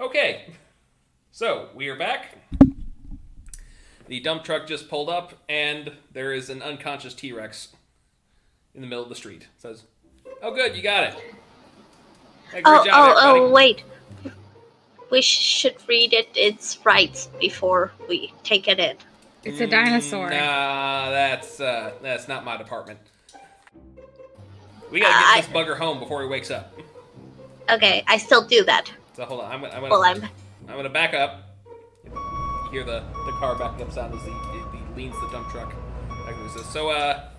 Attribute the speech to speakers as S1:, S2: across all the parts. S1: Okay, so we are back. The dump truck just pulled up, and there is an unconscious T Rex in the middle of the street. It says, "Oh, good, you got it." Hey, great
S2: Oh,
S1: job,
S2: oh,
S1: everybody.
S2: oh, wait. We sh- should read it its rights before we take it in.
S3: It's a dinosaur.
S1: Mm, Nah, that's uh, that's not my department. We gotta get this bugger home before he wakes up.
S2: Okay, I still do that.
S1: So hold on, I'm gonna, I'm gonna,
S2: Well, I'm.
S1: I'm gonna back up. You hear the, the car backing up sound as he, he leans the dump truck. Back up and says, so, uh,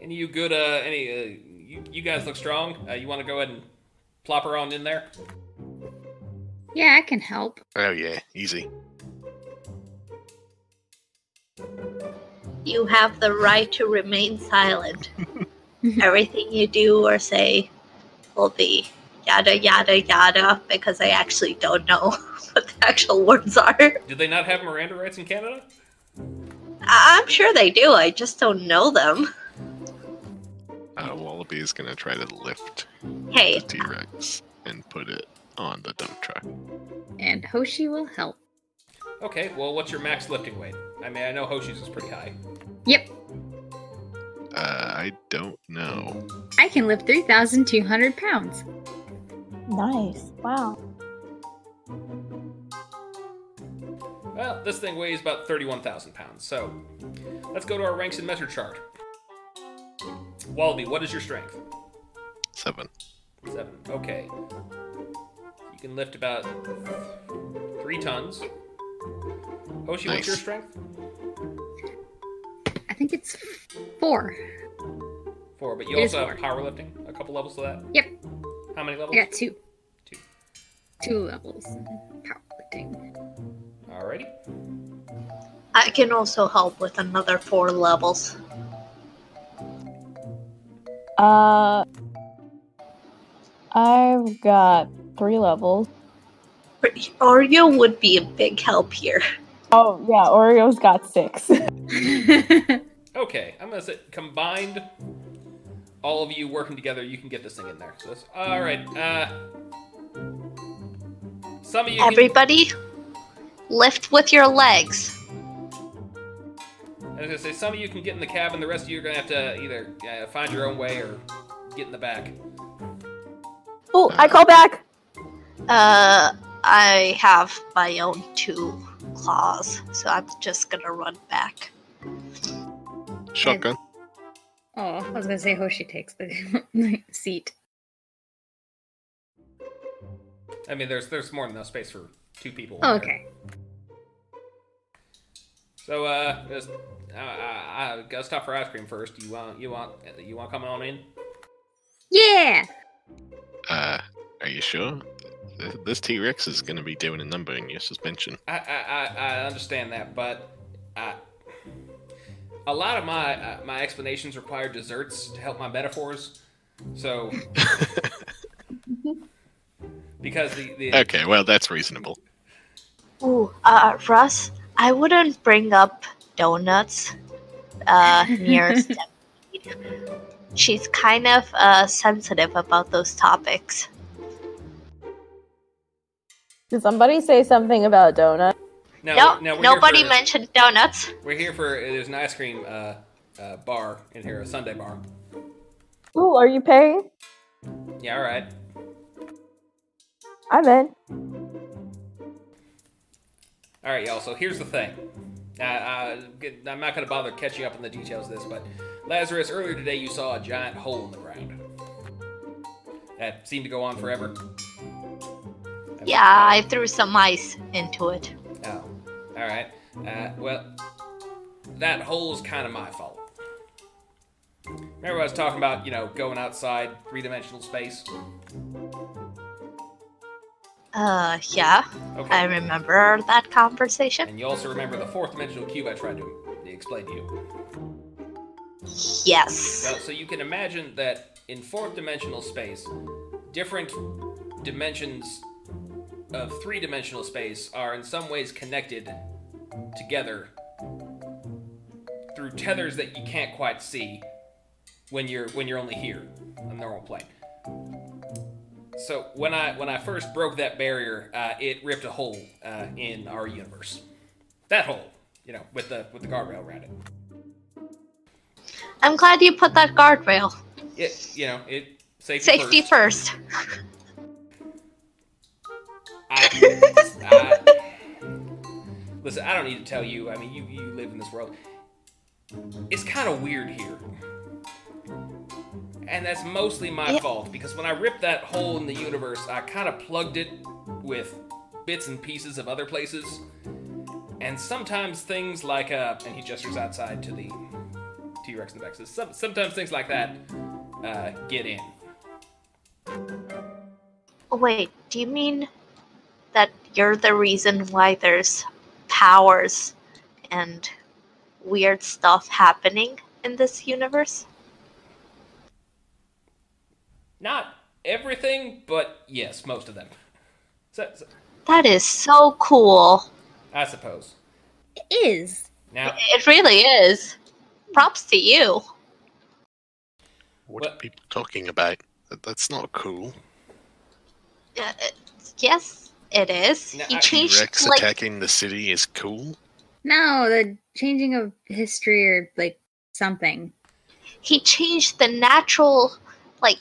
S1: any you good, uh, any, uh, you, you guys look strong. Uh, you want to go ahead and plop her on in there?
S3: Yeah, I can help.
S4: Oh yeah, easy.
S2: You have the right to remain silent. Everything you do or say will be yada yada yada because I actually don't know what the actual words are.
S1: Did they not have Miranda rights in Canada?
S2: I- I'm sure they do. I just don't know them.
S4: Uh, Wallaby is gonna try to lift the
S2: Hey,
S4: T Rex and put it on the dump truck.
S3: And Hoshi will help.
S1: Okay, well, what's your max lifting weight? I mean, I know Hoshi's is pretty high.
S3: Yep,
S4: Uh, I don't know.
S3: I can lift 3,200 pounds.
S5: Nice. Wow.
S1: Well, this thing weighs about 31,000 pounds, so let's go to our ranks and measure chart. Wallaby, what is your strength?
S4: Seven.
S1: Seven. Okay. You can lift about three tons. Hoshi, what's
S4: Nice.
S1: your strength?
S3: I think it's four.
S1: Four, but you
S3: It is
S1: also have
S3: four.
S1: powerlifting, a couple levels to that.
S3: Yep,
S1: How many
S3: I
S1: levels?
S3: got two.
S1: Two.
S3: Two levels. Powerlifting.
S1: Alrighty.
S2: I can also help with another four levels.
S5: Uh, I've got three levels.
S2: Oreo would be a big help here.
S5: Oh yeah, Oreo's got six.
S1: Okay, I'm gonna say combined. All of you working together, you can get this thing in there. So that's, all right. Uh, some of you. can-
S2: Everybody, lift with your legs.
S1: I was gonna say some of you can get in the cabin. The rest of you are gonna have to either uh, find your own way or get in the back.
S5: Oh, I call back.
S2: Uh, I have my own two claws, so I'm just gonna run back.
S4: Shotgun.
S3: Oh, I was gonna say Hoshi takes the seat.
S1: I mean, there's there's more than enough space for two people.
S3: Oh,
S1: in there.
S3: okay.
S1: So uh, just, uh, I, I gotta stop for ice cream first. You want you want you want to come on in?
S3: Yeah.
S4: Uh, are you sure? Th- This T Rex is gonna be doing a number in your suspension.
S1: I I, I, I understand that, but I, a lot of my uh, my explanations require desserts to help my metaphors. So because the, the
S4: Okay, well that's reasonable.
S2: Ooh, uh, Russ, I wouldn't bring up donuts, uh, near Stampede. She's kind of, uh, sensitive about those topics.
S5: Did somebody say something about donut?
S1: now, now
S2: No,
S1: we're here
S2: nobody
S1: for-
S2: mentioned donuts.
S1: We're here for there's an ice cream uh, uh, bar in here, a Sunday bar.
S5: Ooh, are you paying?
S1: Yeah, all right.
S5: I'm in.
S1: All right, y'all. So here's the thing. Uh, uh, good- I'm not going to bother catching up on the details of this, but Lazarus, earlier today you saw a giant hole in the ground that seemed to go on forever.
S2: Yeah, I threw some ice into it.
S1: Oh, all right. Uh, well, that hole's kind of my fault. Remember, I was talking about you know going outside three-dimensional space.
S2: Uh, yeah,
S1: Okay.
S2: I remember that conversation.
S1: And you also remember the fourth-dimensional cube I tried to explain to you.
S2: Yes.
S1: So, so you can imagine that in fourth dimensional space, different dimensions of three dimensional space are in some ways connected together through tethers that you can't quite see when you're when you're only here on the normal plane. So when I when I first broke that barrier, uh, it ripped a hole uh, in our universe. That hole, you know, with the with the guardrail around it.
S2: I'm glad you put that guardrail.
S1: It you know it safety,
S2: Safety
S1: first.
S2: first.
S1: I, I, listen, I don't need to tell you. I mean, you, you live in this world. It's kind of weird here. And that's mostly my
S2: Yeah.
S1: fault because when I ripped that hole in the universe, I kind of plugged it with bits and pieces of other places. And sometimes things like, uh, and he gestures outside to the T Rex and the Vexes, some, sometimes things like that uh, get in.
S2: Wait, do you mean that you're the reason why there's powers and weird stuff happening in this universe?
S1: Not everything, but yes, most of them. So, so-
S2: That is so cool.
S1: I suppose.
S3: It is.
S1: Now,
S2: It really is. Props to you.
S4: What, are
S1: What-
S4: people talking about? That, that's not cool.
S2: Uh, yes, it is.
S1: No,
S2: he
S1: I-
S2: changed
S4: Rex
S2: like
S4: attacking the city is cool.
S3: No, the changing of history or like something.
S2: he changed the natural like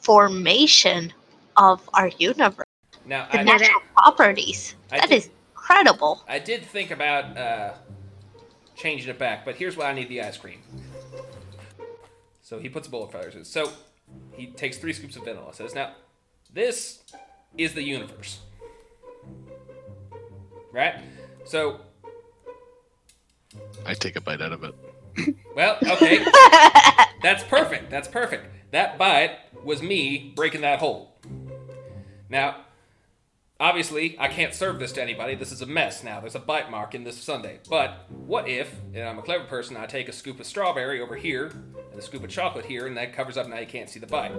S2: formation of our universe,
S1: now
S2: the
S1: I,
S3: nat-
S2: natural properties.
S1: I
S2: That
S1: did-
S2: is incredible.
S1: I did think about uh, changing it back, but here's why I need the ice cream. So he puts a bowl of feathers in. So he takes three scoops of vanilla. Says, "Now, this is the universe, right? So,
S4: I take a bite out of it.
S1: well, okay, that's perfect. That's perfect. That bite was me breaking that hole. Now, obviously, I can't serve this to anybody. This is a mess now. There's a bite mark in this Sunday. But what if, and I'm a clever person, I take a scoop of strawberry over here and a scoop of chocolate here, and that covers up now you can't see the bite.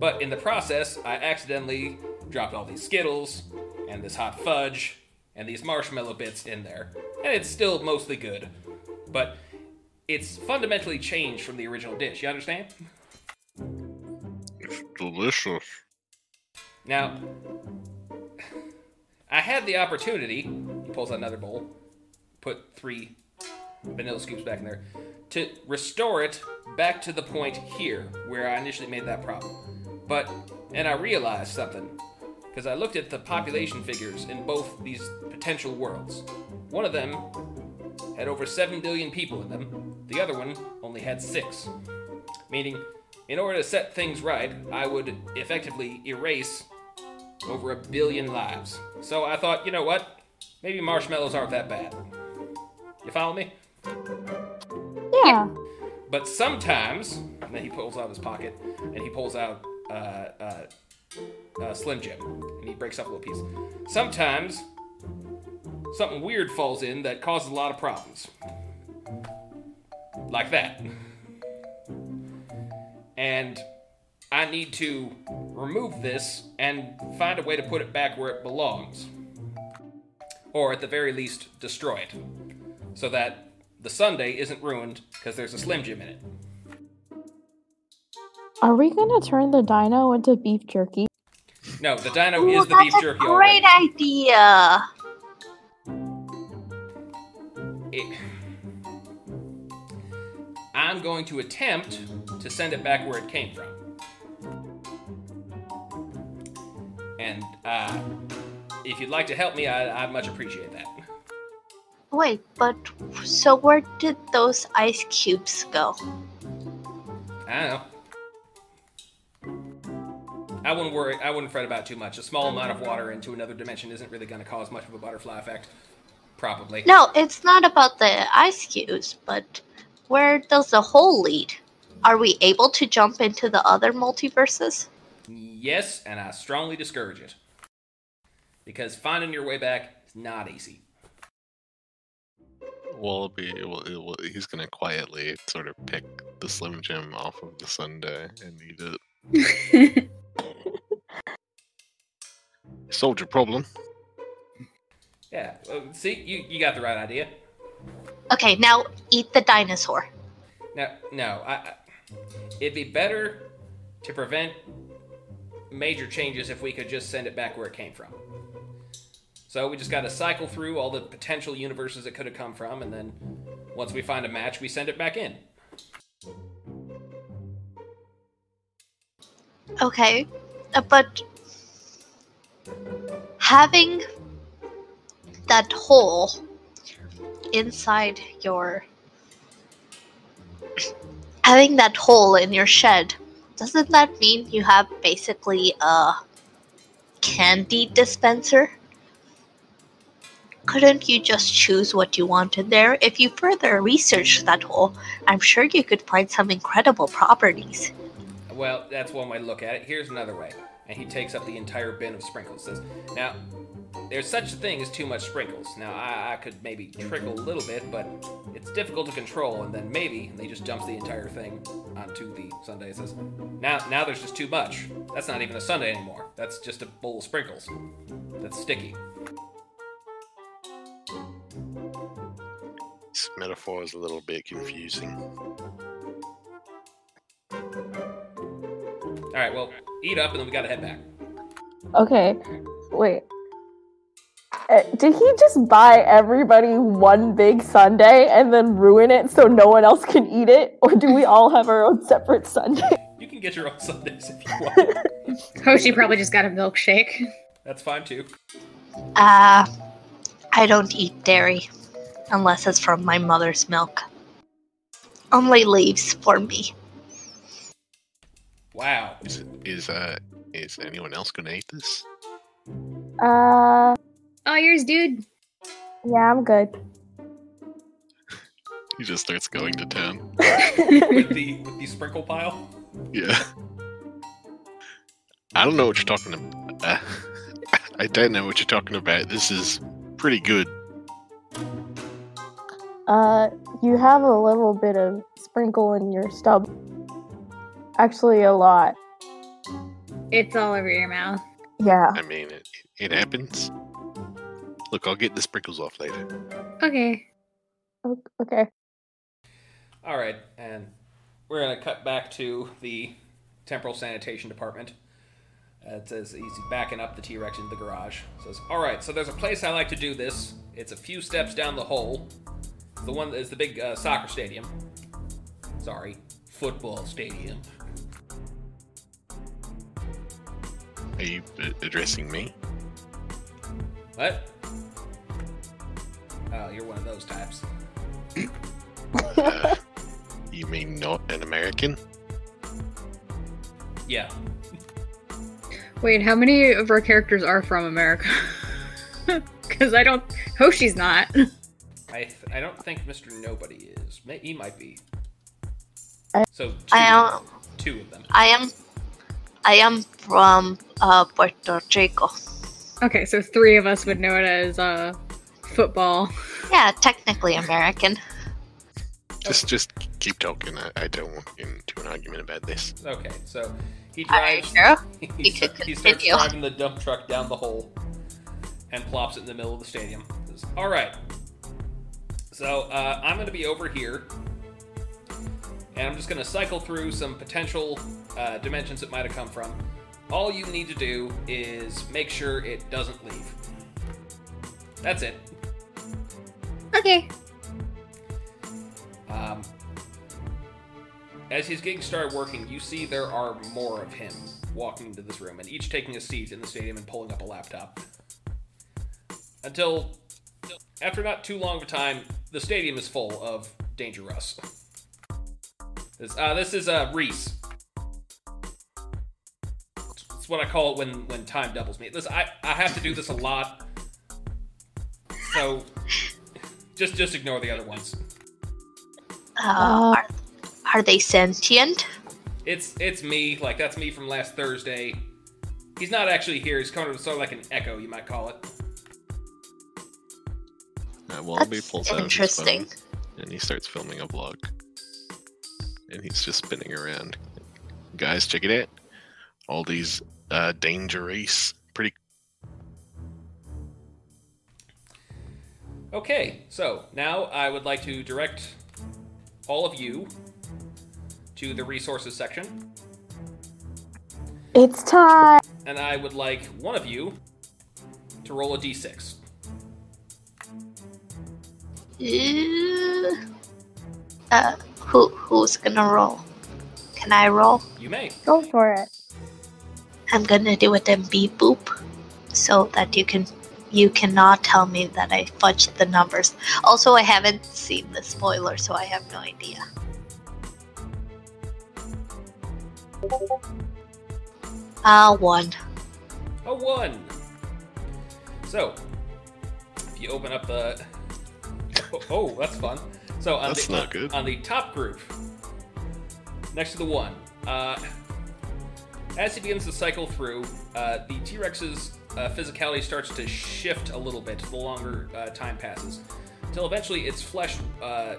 S1: But in the process, I accidentally dropped all these Skittles and this hot fudge and these marshmallow bits in there. And it's still mostly good. But it's fundamentally changed from the original dish. You understand?
S4: It's delicious.
S1: Now, I had the opportunity. He pulls out another bowl, put three vanilla scoops back in there, to restore it back to the point here where I initially made that problem. But, and I realized something, because I looked at the population figures in both these potential worlds. One of them had over 7 billion people in them, the other one only had 6. Meaning, in order to set things right, I would effectively erase over a billion lives. So I thought, you know what? Maybe marshmallows aren't that bad. You follow me?
S5: Yeah.
S1: But sometimes, and then he pulls out his pocket and he pulls out uh, uh, uh, Slim Jim and he breaks up a little piece. Sometimes something weird falls in that causes a lot of problems. Like that. And I need to remove this and find a way to put it back where it belongs. Or at the very least, destroy it. So that the Sunday isn't ruined because there's a Slim Jim in it.
S5: Are we gonna turn the dino into beef jerky?
S1: No, the dino
S2: Ooh,
S1: is the beef
S2: that's a
S1: jerky.
S2: great
S1: already.
S2: idea.
S1: It- I'm going to attempt to send it back where it came from. And uh, if you'd like to help me, I, I'd much appreciate that.
S2: Wait, but so where did those ice cubes go?
S1: I don't know. I wouldn't worry. I wouldn't fret about it too much. A small amount of water into another dimension isn't really going to cause much of a butterfly effect, probably.
S2: No, it's not about the ice cubes, but where does the hole lead? Are we able to jump into the other multiverses?
S1: Yes, and I strongly discourage it. Because finding your way back is not easy.
S4: Wallaby, well, it will- he's gonna quietly sort of pick the Slim Jim off of the Sunday and eat it. Solved your problem.
S1: Yeah, uh, see, you, you got the right idea.
S2: Okay, now eat the dinosaur.
S1: No, no, I, I- it'd be better to prevent major changes if we could just send it back where it came from. So we just got to cycle through all the potential universes it could have come from, and then once we find a match, we send it back in.
S2: Okay, uh, but having that hole inside your having that hole in your shed doesn't that mean you have basically a candy dispenser couldn't you just choose what you wanted there if you further researched that hole i'm sure you could find some incredible properties
S1: Well, that's one way to look at it. Here's another way. And he takes up the entire bin of sprinkles. Says, now, there's such a thing as too much sprinkles. Now, I, I could maybe trickle a little bit, but it's difficult to control. And then maybe, and he just dumps the entire thing onto the Sunday. It says, now, now there's just too much. That's not even a Sunday anymore. That's just a bowl of sprinkles. That's sticky.
S4: This metaphor is a little bit confusing.
S1: All right, well, eat up, and then we gotta head back.
S5: Okay, wait. Uh, Did he just buy everybody one big Sunday and then ruin it so no one else can eat it? Or do we all have our own separate Sunday?
S1: You can get your own Sundays if you want.
S3: Hoshi probably just got a milkshake.
S1: That's fine too.
S2: uh i don't eat dairy unless it's from my mother's milk only leaves for me
S1: Wow.
S4: Is is uh is anyone else gonna eat this?
S5: Uh,
S3: All Oh, yours, dude.
S5: yeah, I'm good.
S4: He just starts going to town.
S1: With the with the sprinkle pile.
S4: Yeah. I don't know what you're talking about. Uh, I don't know what you're talking about. This is pretty good.
S5: Uh, you have a little bit of sprinkle in your stub. Actually, a lot.
S3: It's all over your mouth.
S5: Yeah.
S4: I mean, it, it happens. Look, I'll get the sprinkles off later.
S3: Okay.
S5: O- Okay.
S1: All right, and we're gonna cut back to the temporal sanitation department. Uh, it says he's backing up the T Rex into the garage. says, "All right, so there's a place I like to do this. It's a few steps down the hole. The one is the big uh, soccer stadium. Sorry, football stadium.
S4: Are you uh, addressing me?
S1: What? Oh, you're one of those types.
S4: Uh, you mean not an American?
S1: Yeah,
S3: Wait, how many of our characters are from America? Because I don't. Hoshi's not.
S1: I I don't think Mr. Nobody is. May, he might be.
S5: I-
S1: So two,
S2: i don't
S1: two of them.
S2: I am I am from uh, Puerto Rico.
S3: Okay, so three of us would know it as uh, football.
S2: Yeah, technically American.
S4: Just, just keep talking. I, I don't want to get into an argument about this.
S1: Okay, so he
S2: Are you
S1: drives.
S2: sure?
S1: he,
S2: We
S1: sta-
S2: could
S1: he starts
S2: continue.
S1: driving the dump truck down the hole and plops it in the middle of the stadium. Says, All right. So uh, I'm going to be over here, and I'm just going to cycle through some potential uh, dimensions it might have come from. All you need to do is make sure it doesn't leave. That's it.
S3: Okay.
S1: Um, as he's getting started working, you see there are more of him walking into this room, and each taking a seat in the stadium and pulling up a laptop. Until, after not too long of a time, the stadium is full of Danger Russ. This, uh, this is uh, Reese. It's what I call it when, when time doubles me. Listen, I, I have to do this a lot, so just just ignore the other ones.
S2: Uh,
S5: Uh.
S2: are, are they sentient?
S1: It's it's me, like that's me from last Thursday. He's not actually here. He's kind of sort of like an echo, you might call it.
S4: Uh, Wallaby
S2: That's
S4: pulls out his phone.
S2: interesting.
S4: and he starts filming a vlog. And he's just spinning around. Guys, check it out. All these uh, dangerous, pretty
S1: Okay, so now I would like to direct all of you to the resources section.
S5: It's time.
S1: and I would like one of you to roll a d6.
S2: Ew. Uh, who who's gonna roll? Can I roll?
S1: You may.
S6: Go for it.
S2: I'm gonna do it in beep boop, so that you can you cannot tell me that I fudged the numbers. Also, I haven't seen the spoiler, so I have no idea. Uh, one.
S1: A one. So, if you open up the. Oh, oh, that's fun. So on
S4: That's
S1: the,
S4: not good.
S1: On the top group, next to the one, uh, as he begins to cycle through, uh, the T Rex's uh, physicality starts to shift a little bit the longer uh, time passes, until eventually its flesh uh,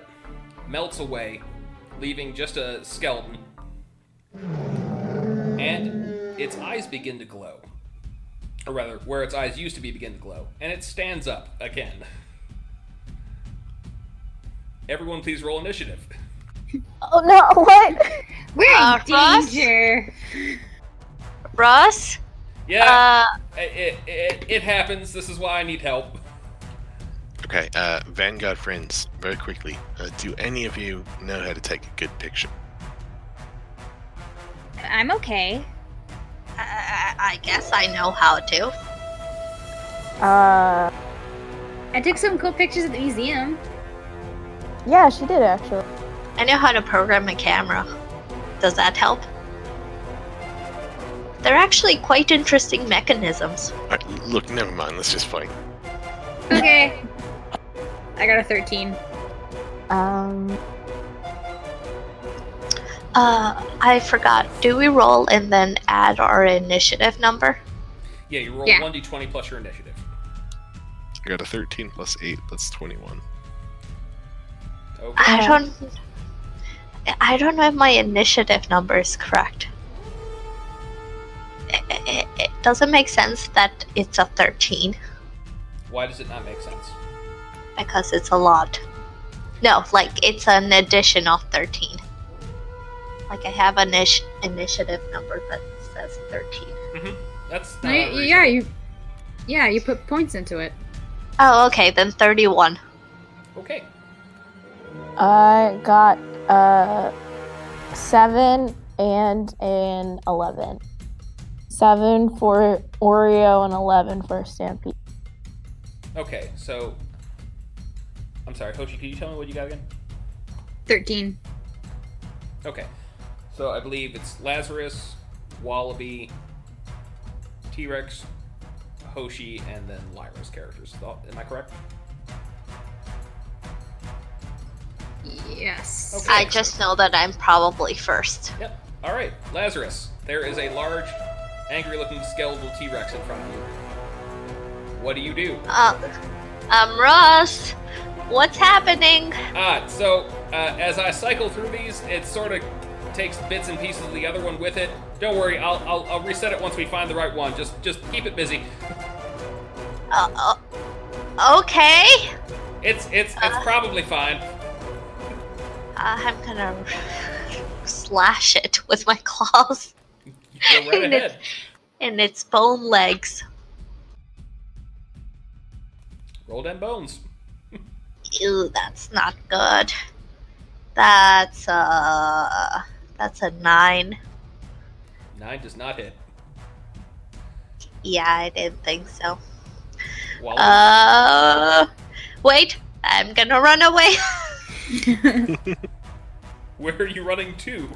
S1: melts away, leaving just a skeleton. And its eyes begin to glow or rather, where its eyes used to be begin to glow, and it stands up again. Everyone, please roll initiative.
S5: Oh no! What?
S3: We're in
S2: Uh, Ross?
S3: danger.
S2: Russ,
S1: Yeah,
S2: uh,
S1: it, it, it, it happens. This is why I need help.
S4: Okay, uh, Vanguard friends, very quickly. Uh, do any of you know how to take a good picture?
S3: I'm okay.
S2: I, I, I guess I know how to.
S5: Uh,
S3: I took some cool pictures at the museum.
S5: yeah, she did actually.
S2: I know how to program a camera. Does that help? They're actually quite interesting mechanisms.
S4: All right, l- look, never mind. Let's just fight.
S3: Okay. I got a 13.
S5: Um,
S2: Uh, I forgot. Do we roll and then add our initiative number?
S1: Yeah, you roll
S3: Yeah.
S1: 1d20 plus your initiative.
S4: I got a 13 plus 8. That's 21.
S3: Uh,
S1: Okay.
S2: I don't. I don't know if my initiative number is correct. It, it, it doesn't make sense that it's a 13
S1: Why does it not make sense?
S2: because it's a lot. No, like it's an addition of 13. Like I have an ish- initiative number that says 13.
S1: That's
S3: No,
S1: not
S3: you- yeah, you. Yeah, you put points into it.
S2: Oh, okay, then 31.
S1: Okay.
S5: I got uh seven and an eleven. Seven for Oreo and eleven for Stampede.
S1: Okay. So, I'm sorry, Hoshi. Can you tell me what you got again?
S3: 13.
S1: Okay. So I believe it's Lazarus, Wallaby, T Rex, Hoshi, and then Lyra's characters. Thought- Am I correct?
S3: Yes.
S1: Okay.
S2: I just know that I'm probably first.
S1: Yep. All right, Lazarus. There is a large, angry-looking skeletal T-Rex in front of you. What do you do?
S2: Uh, um, Russ, what's happening?
S1: Ah, so uh, as I cycle through these, it sort of takes bits and pieces of the other one with it. Don't worry, I'll, I'll, I'll reset it once we find the right one. Just just keep it busy.
S2: Uh, uh, okay.
S1: It's it's it's
S2: Uh.
S1: probably fine.
S2: I'm gonna slash it with my claws
S1: Go right
S2: And it's-
S1: ahead.
S2: and its bone legs.
S1: Roll down bones.
S2: Ew, that's not good. That's uh, that's a nine.
S1: Nine does not hit.
S2: Yeah, I didn't think so.
S1: Wallaby.
S2: Uh, wait, I'm gonna run away
S1: Where are you running to?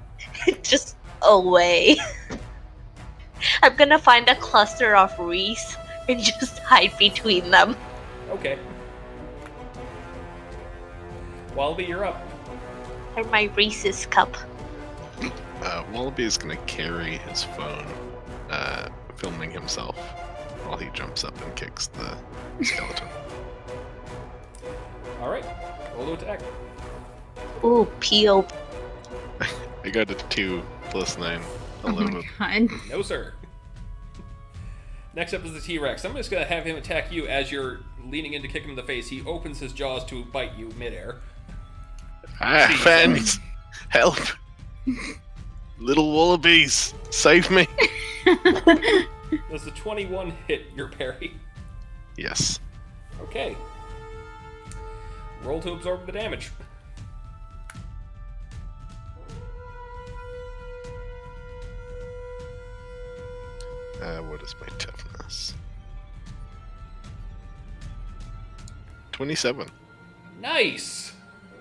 S2: just away. I'm gonna find a cluster of wreaths and just hide between them.
S1: Okay. Wallaby, you're up.
S2: Or my Reese's cup.
S4: Uh, Wallaby is going to carry his phone, uh, filming himself while he jumps up and kicks the skeleton.
S1: All right. Roll to attack.
S2: Ooh, P.O.
S4: I got a 2 plus 9.
S3: Oh my
S4: 11.
S3: god.
S1: No, sir. Next up is the T Rex. I'm just going to have him attack you as you're leaning in to kick him in the face. He opens his jaws to bite you midair.
S4: ah,
S1: Jesus.
S4: fans! Help! Little wallabies, save me.
S1: Does a 21 hit your parry?
S4: Yes.
S1: Okay. Roll to absorb the damage.
S4: Uh, what is my toughness? 27.
S1: Nice.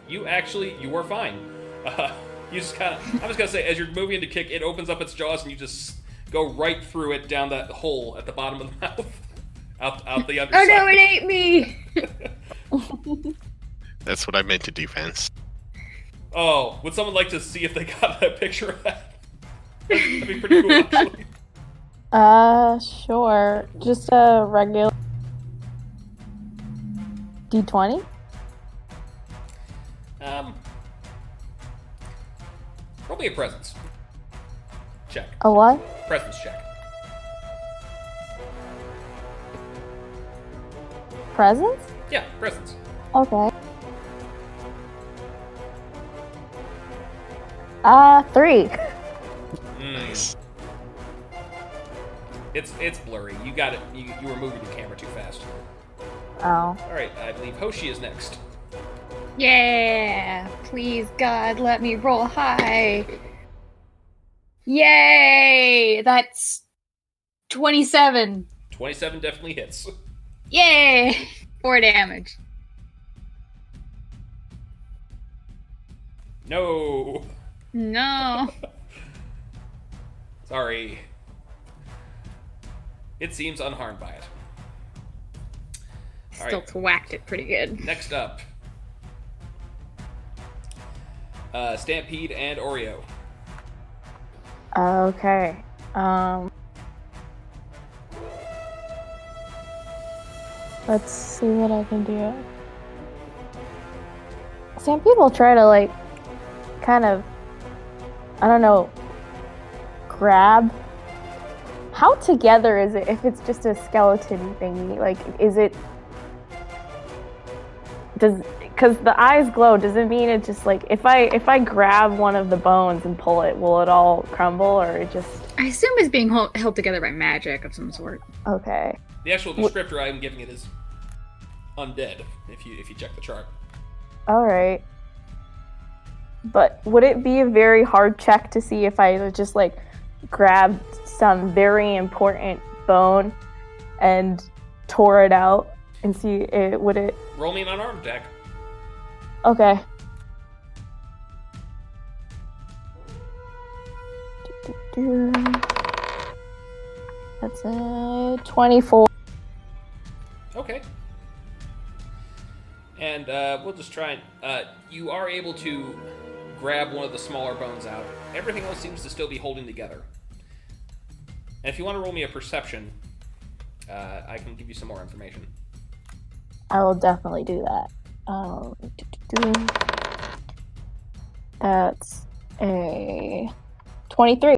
S1: You actually, you were fine. Uh, you just kind of, I'm just gonna say, as you're moving to kick, it opens up its jaws and you just go right through it down that hole at the bottom of the mouth, out, out the
S3: oh
S1: underside.
S3: no, it ate me!
S4: That's what I meant to defense.
S1: Oh, would someone like to see if they got that picture of that? That'd be pretty cool, actually.
S5: Uh, sure. Just a regular D20?
S1: Um, roll me a presence. Check.
S5: A what?
S1: Presence check.
S5: Presents?
S1: Yeah, presence.
S5: Okay. Uh, three.
S3: Hmm.
S1: Mm,
S4: Nice.
S1: it's it's blurry. You got it. You, you were moving your camera too fast.
S5: Oh.
S1: All right, I believe Hoshi is next.
S3: yeah! Please, God, let me roll high! Yay! That's 27.
S1: 27 definitely hits.
S3: Yay! Four damage.
S1: No.
S3: No.
S1: Sorry. It seems unharmed by it. All
S3: Still
S1: right.
S3: whacked it pretty good.
S1: Next up. Uh, Stampede and Oreo.
S5: Okay. Um. Let's see what I can do. Some people try to like, kind of, I don't know, grab. How together is it if it's just a skeleton thingy? Like, is it? Does because the eyes glow? Does it mean it just like if I if I grab one of the bones and pull it, will it all crumble or it just
S3: I assume it's being held, held together by magic of some sort.
S5: okay?
S1: The actual
S5: What-
S1: descriptor I'm giving it is undead. If you if you check the chart,
S5: All right. But would it be a very hard check to see if I just like grabbed some very important bone and tore it out and see it would it
S1: roll me an unarmed deck.
S5: Okay. That's a 24.
S1: Okay. And uh, we'll just try and uh, you are able to grab one of the smaller bones out. Everything else seems to still be holding together. And if you want to roll me a perception, uh, I can give you some more information.
S5: I will definitely do that. Um, that's a 23.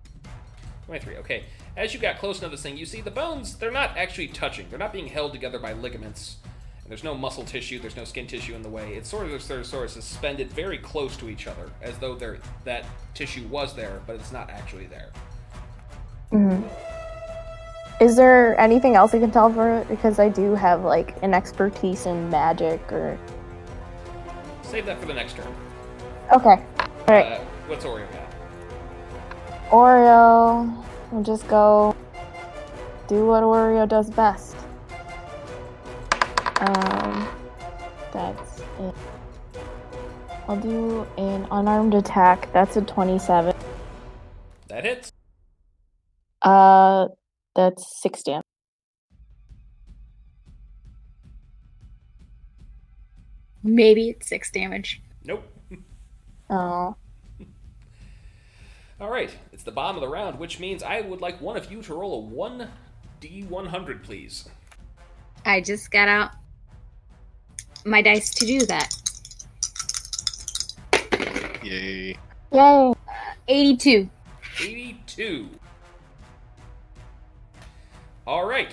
S1: 23. Okay. As you got close enough to this thing, you see the bones, they're not actually touching. They're not being held together by ligaments. And there's no muscle tissue, there's no skin tissue in the way. It's sort of they're sort of suspended very close to each other, as though there that tissue was there, but it's not actually there.
S5: Is there anything else I can tell for Because I do have like an expertise in magic or.
S1: Save that for the next turn.
S5: Okay. Alright.
S1: Uh, what's Oreo got?
S5: Oreo, we'll just go do what Oreo does best. Um, that's it. I'll do an unarmed attack. That's a 27.
S1: That hits.
S5: Uh, that's six damage.
S3: Maybe it's six damage.
S1: Nope.
S5: Oh,
S1: All right. It's the bottom of the round, which means I would like one of you to roll a one d 100, please.
S3: I just got out my dice to do that.
S4: Yay.
S5: yay!
S3: 82.
S1: 82. All right.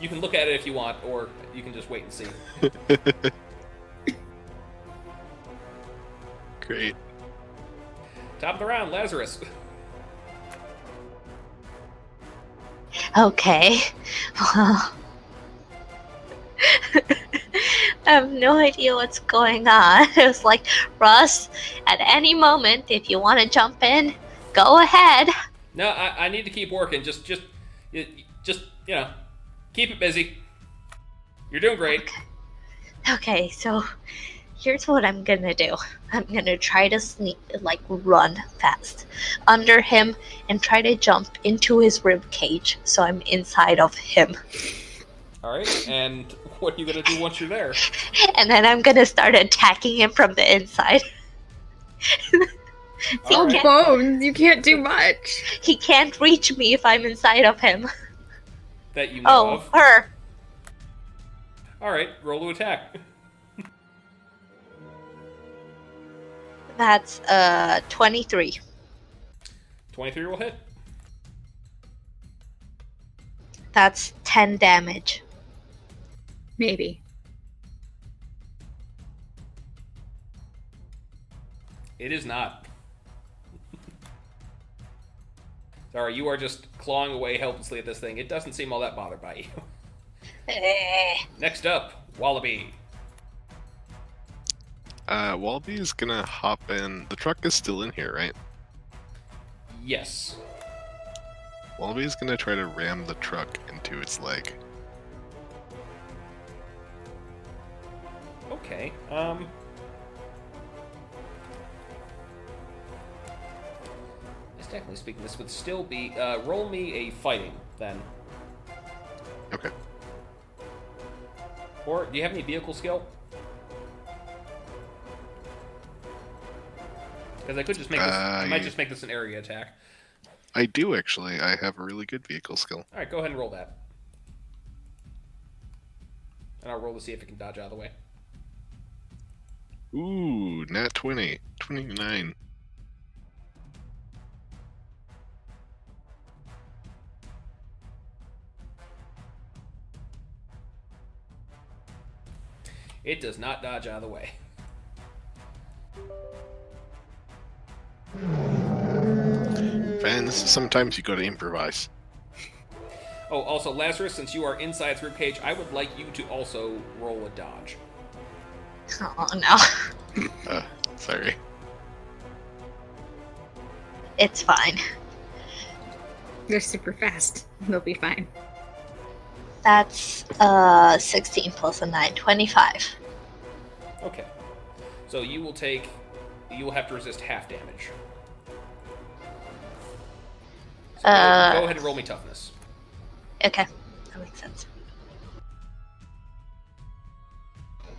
S1: You can look at it if you want, or you can just wait and see.
S4: Great.
S1: Top of the round, Lazarus.
S2: Okay. Well, I have no idea what's going on. It was like, Russ, at any moment, if you want to jump in, go ahead.
S1: No, I, I need to keep working. Just, just, y- y- just, you know, keep it busy. You're doing great.
S2: Okay, so here's what I'm gonna do. I'm gonna try to sneak, like, run fast under him and try to jump into his rib cage so I'm inside of him.
S1: All right. And what are you gonna do once you're there?
S2: And then I'm gonna start attacking him from the inside. he,
S1: All right.
S2: can't,
S3: Bones, you can't do much.
S2: he can't reach me if I'm inside of him.
S1: That you know
S2: Oh,
S1: of.
S2: her.
S1: All right. Roll to attack.
S2: That's uh 23.
S1: Twenty-three will hit.
S2: That's 10 damage.
S3: Maybe.
S1: It is not. Sorry, you are just clawing away helplessly at this thing. It doesn't seem all that bothered by you.
S2: Eh.
S1: Next up, Wallaby.
S4: Uh, Wallaby is gonna hop in. The truck is still in here, right?
S1: Yes.
S4: Wallaby is gonna try to ram the truck into its leg.
S1: Okay. Um. Yes, technically speaking, this would still be uh, roll me a fighting then.
S4: Okay.
S1: Or do you have any vehicle skill? Because I could just make this.
S4: Uh,
S1: I might
S4: you-
S1: just make this an area attack.
S4: I do actually. I have a really good vehicle skill.
S1: All right, go ahead and roll that. And I'll roll to see if it can dodge out of the way.
S4: Ooh, nat 20. 29.
S1: It does not dodge out of the way.
S4: Man, this is sometimes you gotta improvise.
S1: Oh, also, Lazarus, since you are inside through cage, I would like you to also roll a dodge.
S2: Oh no.
S4: Uh, sorry.
S2: It's fine.
S3: They're super fast. They'll be fine.
S2: That's uh 16 plus a 9, 25.
S1: Okay. So you will take. You will have to resist half damage. So go-
S2: Uh.
S1: go ahead and roll me toughness.
S2: Okay. That makes sense.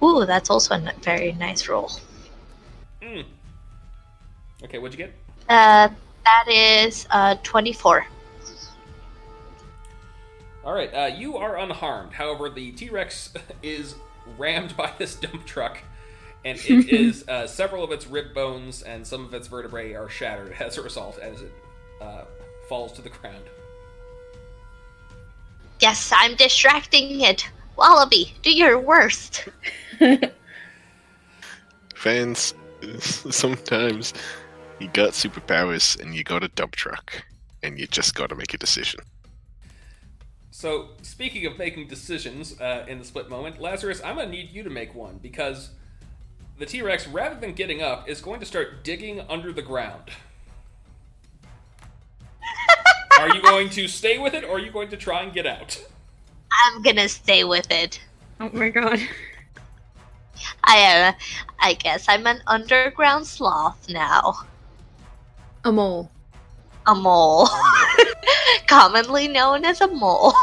S2: Ooh, that's also a n- very nice roll.
S1: Mm. Okay, what'd you get?
S2: Uh that is uh 24.
S1: All right, uh, you are unharmed. However, the T Rex is rammed by this dump truck, and it is uh, several of its rib bones and some of its vertebrae are shattered as a result as it uh, falls to the ground.
S2: Yes, I'm distracting it. Wallaby, do your worst.
S4: Fans, sometimes you got superpowers and you got a dump truck and you just gotta make a decision.
S1: So, speaking of making decisions uh, in the split moment, Lazarus, I'm gonna need you to make one because the T Rex, rather than getting up, is going to start digging under the ground. are you going to stay with it, or are you going to try and get out?
S2: I'm gonna stay with it.
S3: Oh my god.
S2: I am. I guess I'm an underground sloth now.
S3: A mole.
S2: A mole, commonly known as a mole.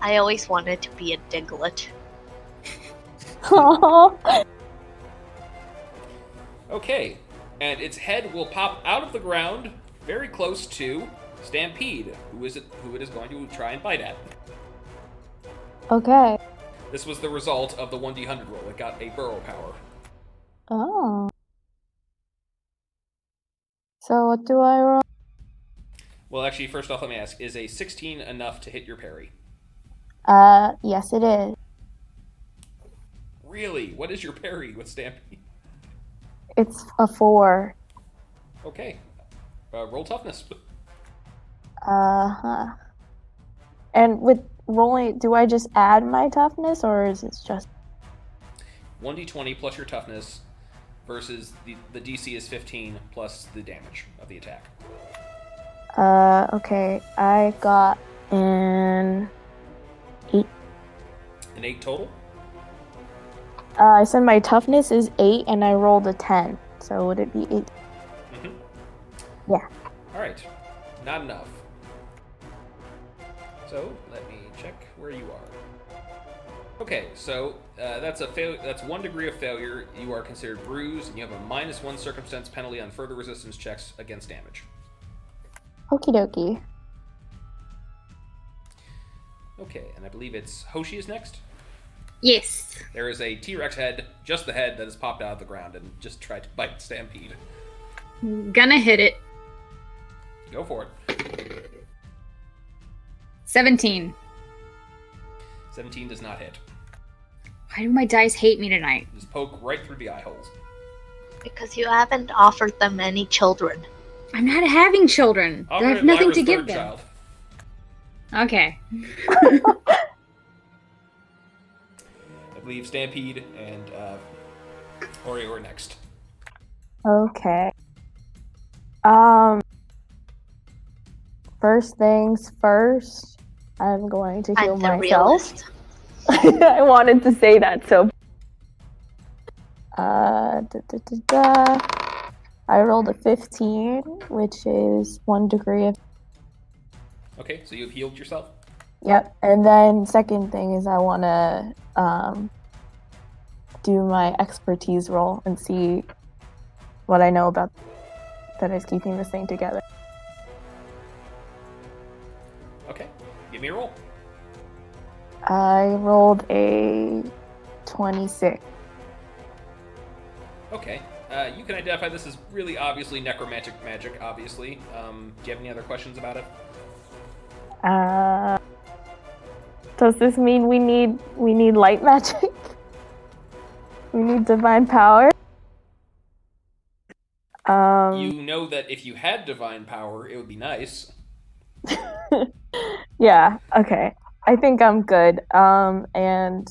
S2: I always wanted to be a diglet.
S1: Okay, and its head will pop out of the ground, very close to Stampede, who is it? Who it is going to try and bite at?
S5: okay.
S1: This was the result of the one d hundred roll. It got a burrow power.
S5: Oh. So what do I roll?
S1: Well, actually, first off, let me ask: Is a sixteen enough to hit your parry?
S5: Uh, yes, it is.
S1: Really? What is your parry with Stampy?
S5: It's a four.
S1: Okay. Uh, roll toughness.
S5: Uh huh. And with rolling, do I just add my toughness or is it just
S1: 1d20 plus your toughness versus the, the DC is 15 plus the damage of the attack.
S5: Uh, okay. I got an.
S1: An 8 total?
S5: Uh, I said my toughness is eight, and I rolled a ten. So would it be eight?
S1: Mm-hmm.
S5: Yeah.
S1: Alright. Not enough. So, let me check where you are. Okay, so uh, that's a fail- that's one degree of failure. You are considered bruised, and you have a minus one circumstance penalty on further resistance checks against damage.
S5: Okie dokie.
S1: Okay, and I believe it's Hoshi is next.
S3: Yes.
S1: There is a T Rex head, just the head, that has popped out of the ground and just tried to bite Stampede.
S3: Gonna hit it.
S1: Go for it.
S3: 17.
S1: 17 does not hit.
S3: Why do my dice hate me tonight?
S1: Just poke right through the eye holes.
S2: because you haven't offered them any children.
S3: I'm not having children. I
S1: Offer
S3: have
S1: it
S3: nothing to
S1: Lyra's
S3: give
S1: third
S3: them.
S1: child.
S3: Okay.
S1: I believe Stampede and uh, Ori are next.
S5: Okay. Um. First things first, I'm going to heal
S2: I'm the
S5: myself.
S2: realist.
S5: I wanted to say that, so. Uh, da, da, da, da. I rolled a 15, which is one degree of.
S1: Okay, so you've healed yourself.
S5: Yep. And then, second thing is, I want to um, do my expertise roll and see what I know about that is keeping this thing together.
S1: Okay, give me a roll.
S5: I rolled a 26.
S1: Okay, uh, you can identify this as really obviously necromantic magic, obviously. Um, do you have any other questions about it?
S5: Uh, does this mean we need we need light magic? we need divine power. Um,
S1: you know that if you had divine power, it would be nice.
S5: yeah. Okay. I think I'm good. Um, and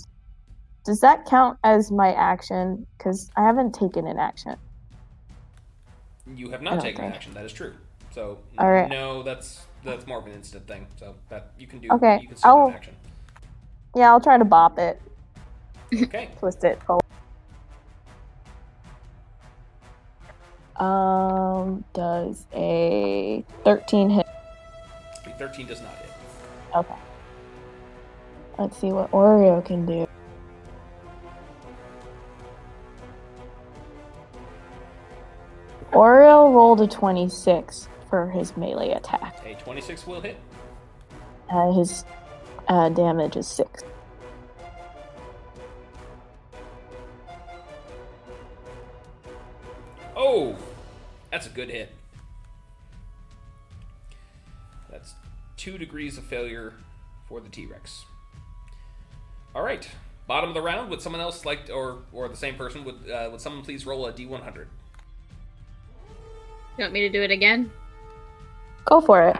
S5: does that count as my action? Because I haven't taken an action.
S1: You have
S5: I
S1: not
S5: don't
S1: taken
S5: think.
S1: action. That is true. So
S5: Oh, All right.
S1: no, that's that's more of an instant thing. So that you can do.
S5: Okay, Oh.
S1: You can still do
S5: I'll-
S1: an action.
S5: Yeah, I'll try to bop it,
S1: Okay.
S5: twist it forward. Um, does a 13 hit?
S1: The Thirteen does not hit.
S5: Okay. Let's see what Oreo can do. Oreo rolled a 26 for his melee attack.
S1: A twenty-six will hit.
S5: Uh, his uh, damage is 6.
S1: Oh, that's a good hit. That's two degrees of failure for the T Rex. All right, bottom of the round. Would someone else like, or or the same person? Would uh, would someone please roll a D one hundred?
S3: You want me to do it again?
S5: Go for it.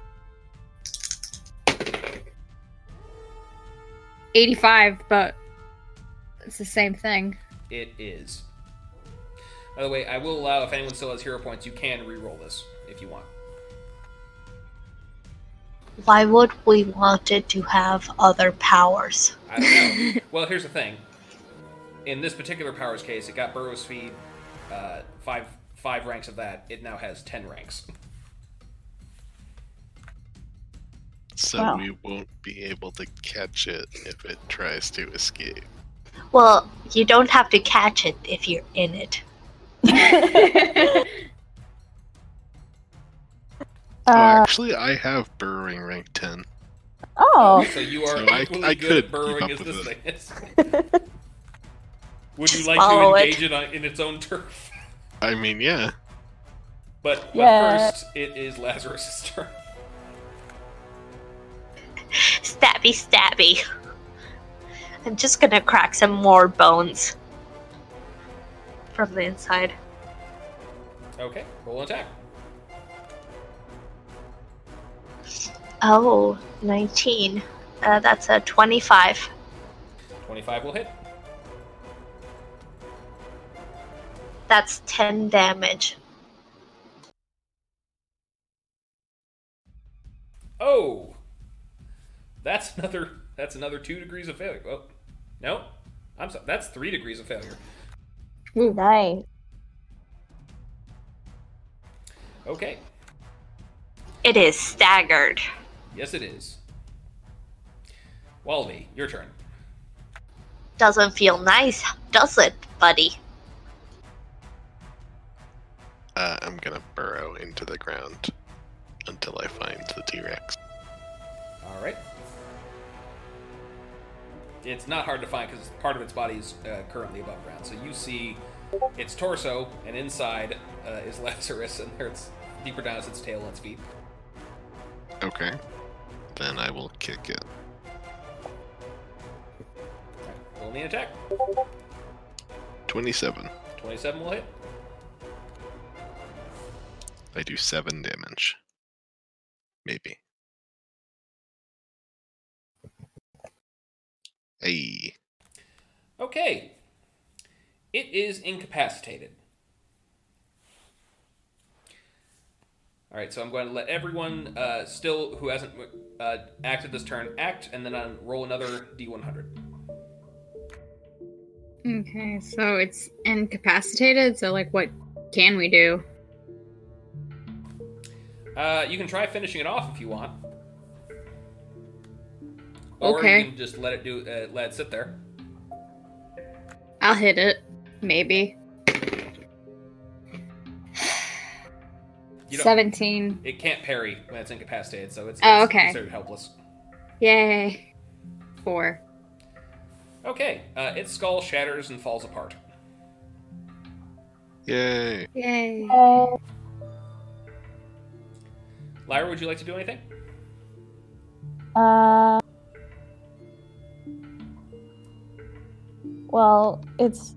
S3: 85, but it's the same thing.
S1: It is. By the way, I will allow if anyone still has hero points, you can re-roll this if you want.
S2: Why would we want it to have other powers?
S1: I don't know. well, here's the thing. In this particular powers case, it got Burrow Speed, uh, five five ranks of that. It now has ten ranks.
S4: So
S2: Wow.
S4: we won't be able to catch it if it tries to escape.
S2: Well, you don't have to catch it if you're in it.
S4: oh,
S5: Uh,
S4: actually, I have burrowing rank 10.
S5: oh,
S1: so you are
S4: So I-
S1: equally
S4: I
S1: good
S4: could
S1: at
S4: keep
S1: burrowing
S4: up
S1: as
S4: with
S1: this
S4: it.
S1: thing is. Would you
S2: Just
S1: like to
S2: follow it.
S1: engage it, on, in its own turf?
S4: I mean, yeah.
S1: But, but
S5: Yeah.
S1: first, it is Lazarus' turn.
S2: Stabby, stabby. I'm just gonna crack some more bones. from the inside.
S1: Okay, roll an attack.
S2: Oh, 19. Uh, that's a 25.
S1: 25 will hit.
S2: That's 10 damage.
S1: Oh, that's another. That's another two degrees of failure. Well, no, I'm sorry. That's three degrees of failure.
S5: Nice.
S1: Okay.
S2: It is staggered.
S1: Yes, it is. Walvy, your turn.
S2: Doesn't feel nice, does it, buddy?
S4: Uh, I'm gonna burrow into the ground until I find the T Rex.
S1: All right. It's not hard to find because part of its body is uh, currently above ground. So you see its torso, and inside uh, is Lazarus, and there it's deeper down is its tail and its feet.
S4: Okay. Then I will kick it.
S1: All right, roll me an attack.
S4: 27.
S1: 27 will hit.
S4: I do 7 damage. Maybe. Hey.
S1: Okay. It is incapacitated. All right, so I'm going to let everyone uh, still who hasn't uh, acted this turn act, and then i roll another d100.
S3: Okay, so it's incapacitated. So, like, what can we do?
S1: Uh, you can try finishing it off if you want, or
S3: Okay.
S1: you can just let it do uh, let it sit there.
S3: I'll hit it. Maybe.
S1: You don't-
S3: 17.
S1: It can't parry when it's incapacitated, so it's, it's
S3: Oh, okay.
S1: considered helpless.
S3: Yay. Four.
S1: Okay, uh, its skull shatters and falls apart.
S4: Yay.
S3: Yay.
S5: oh,
S1: Lyra, would you like to do anything?
S5: Uh, well, it's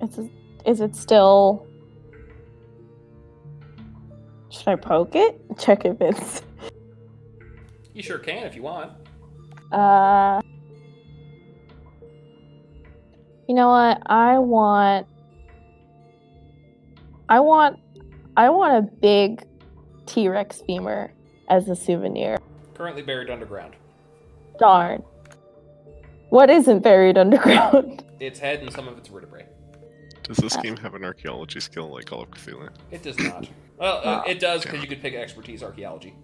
S5: it's is it still? Should I poke it? Check if it's.
S1: You sure can if you want.
S5: Uh, you know what? I want. I want. I want a big T Rex femur as a souvenir.
S1: Currently buried underground.
S5: Darn. What isn't buried underground?
S1: Its head and some of its vertebrae.
S4: Does this game have an archaeology skill like Call of Cthulhu?
S1: It does not. Well, uh,
S3: Oh,
S5: Ah,
S1: it does because
S4: damn
S1: you could pick expertise archaeology.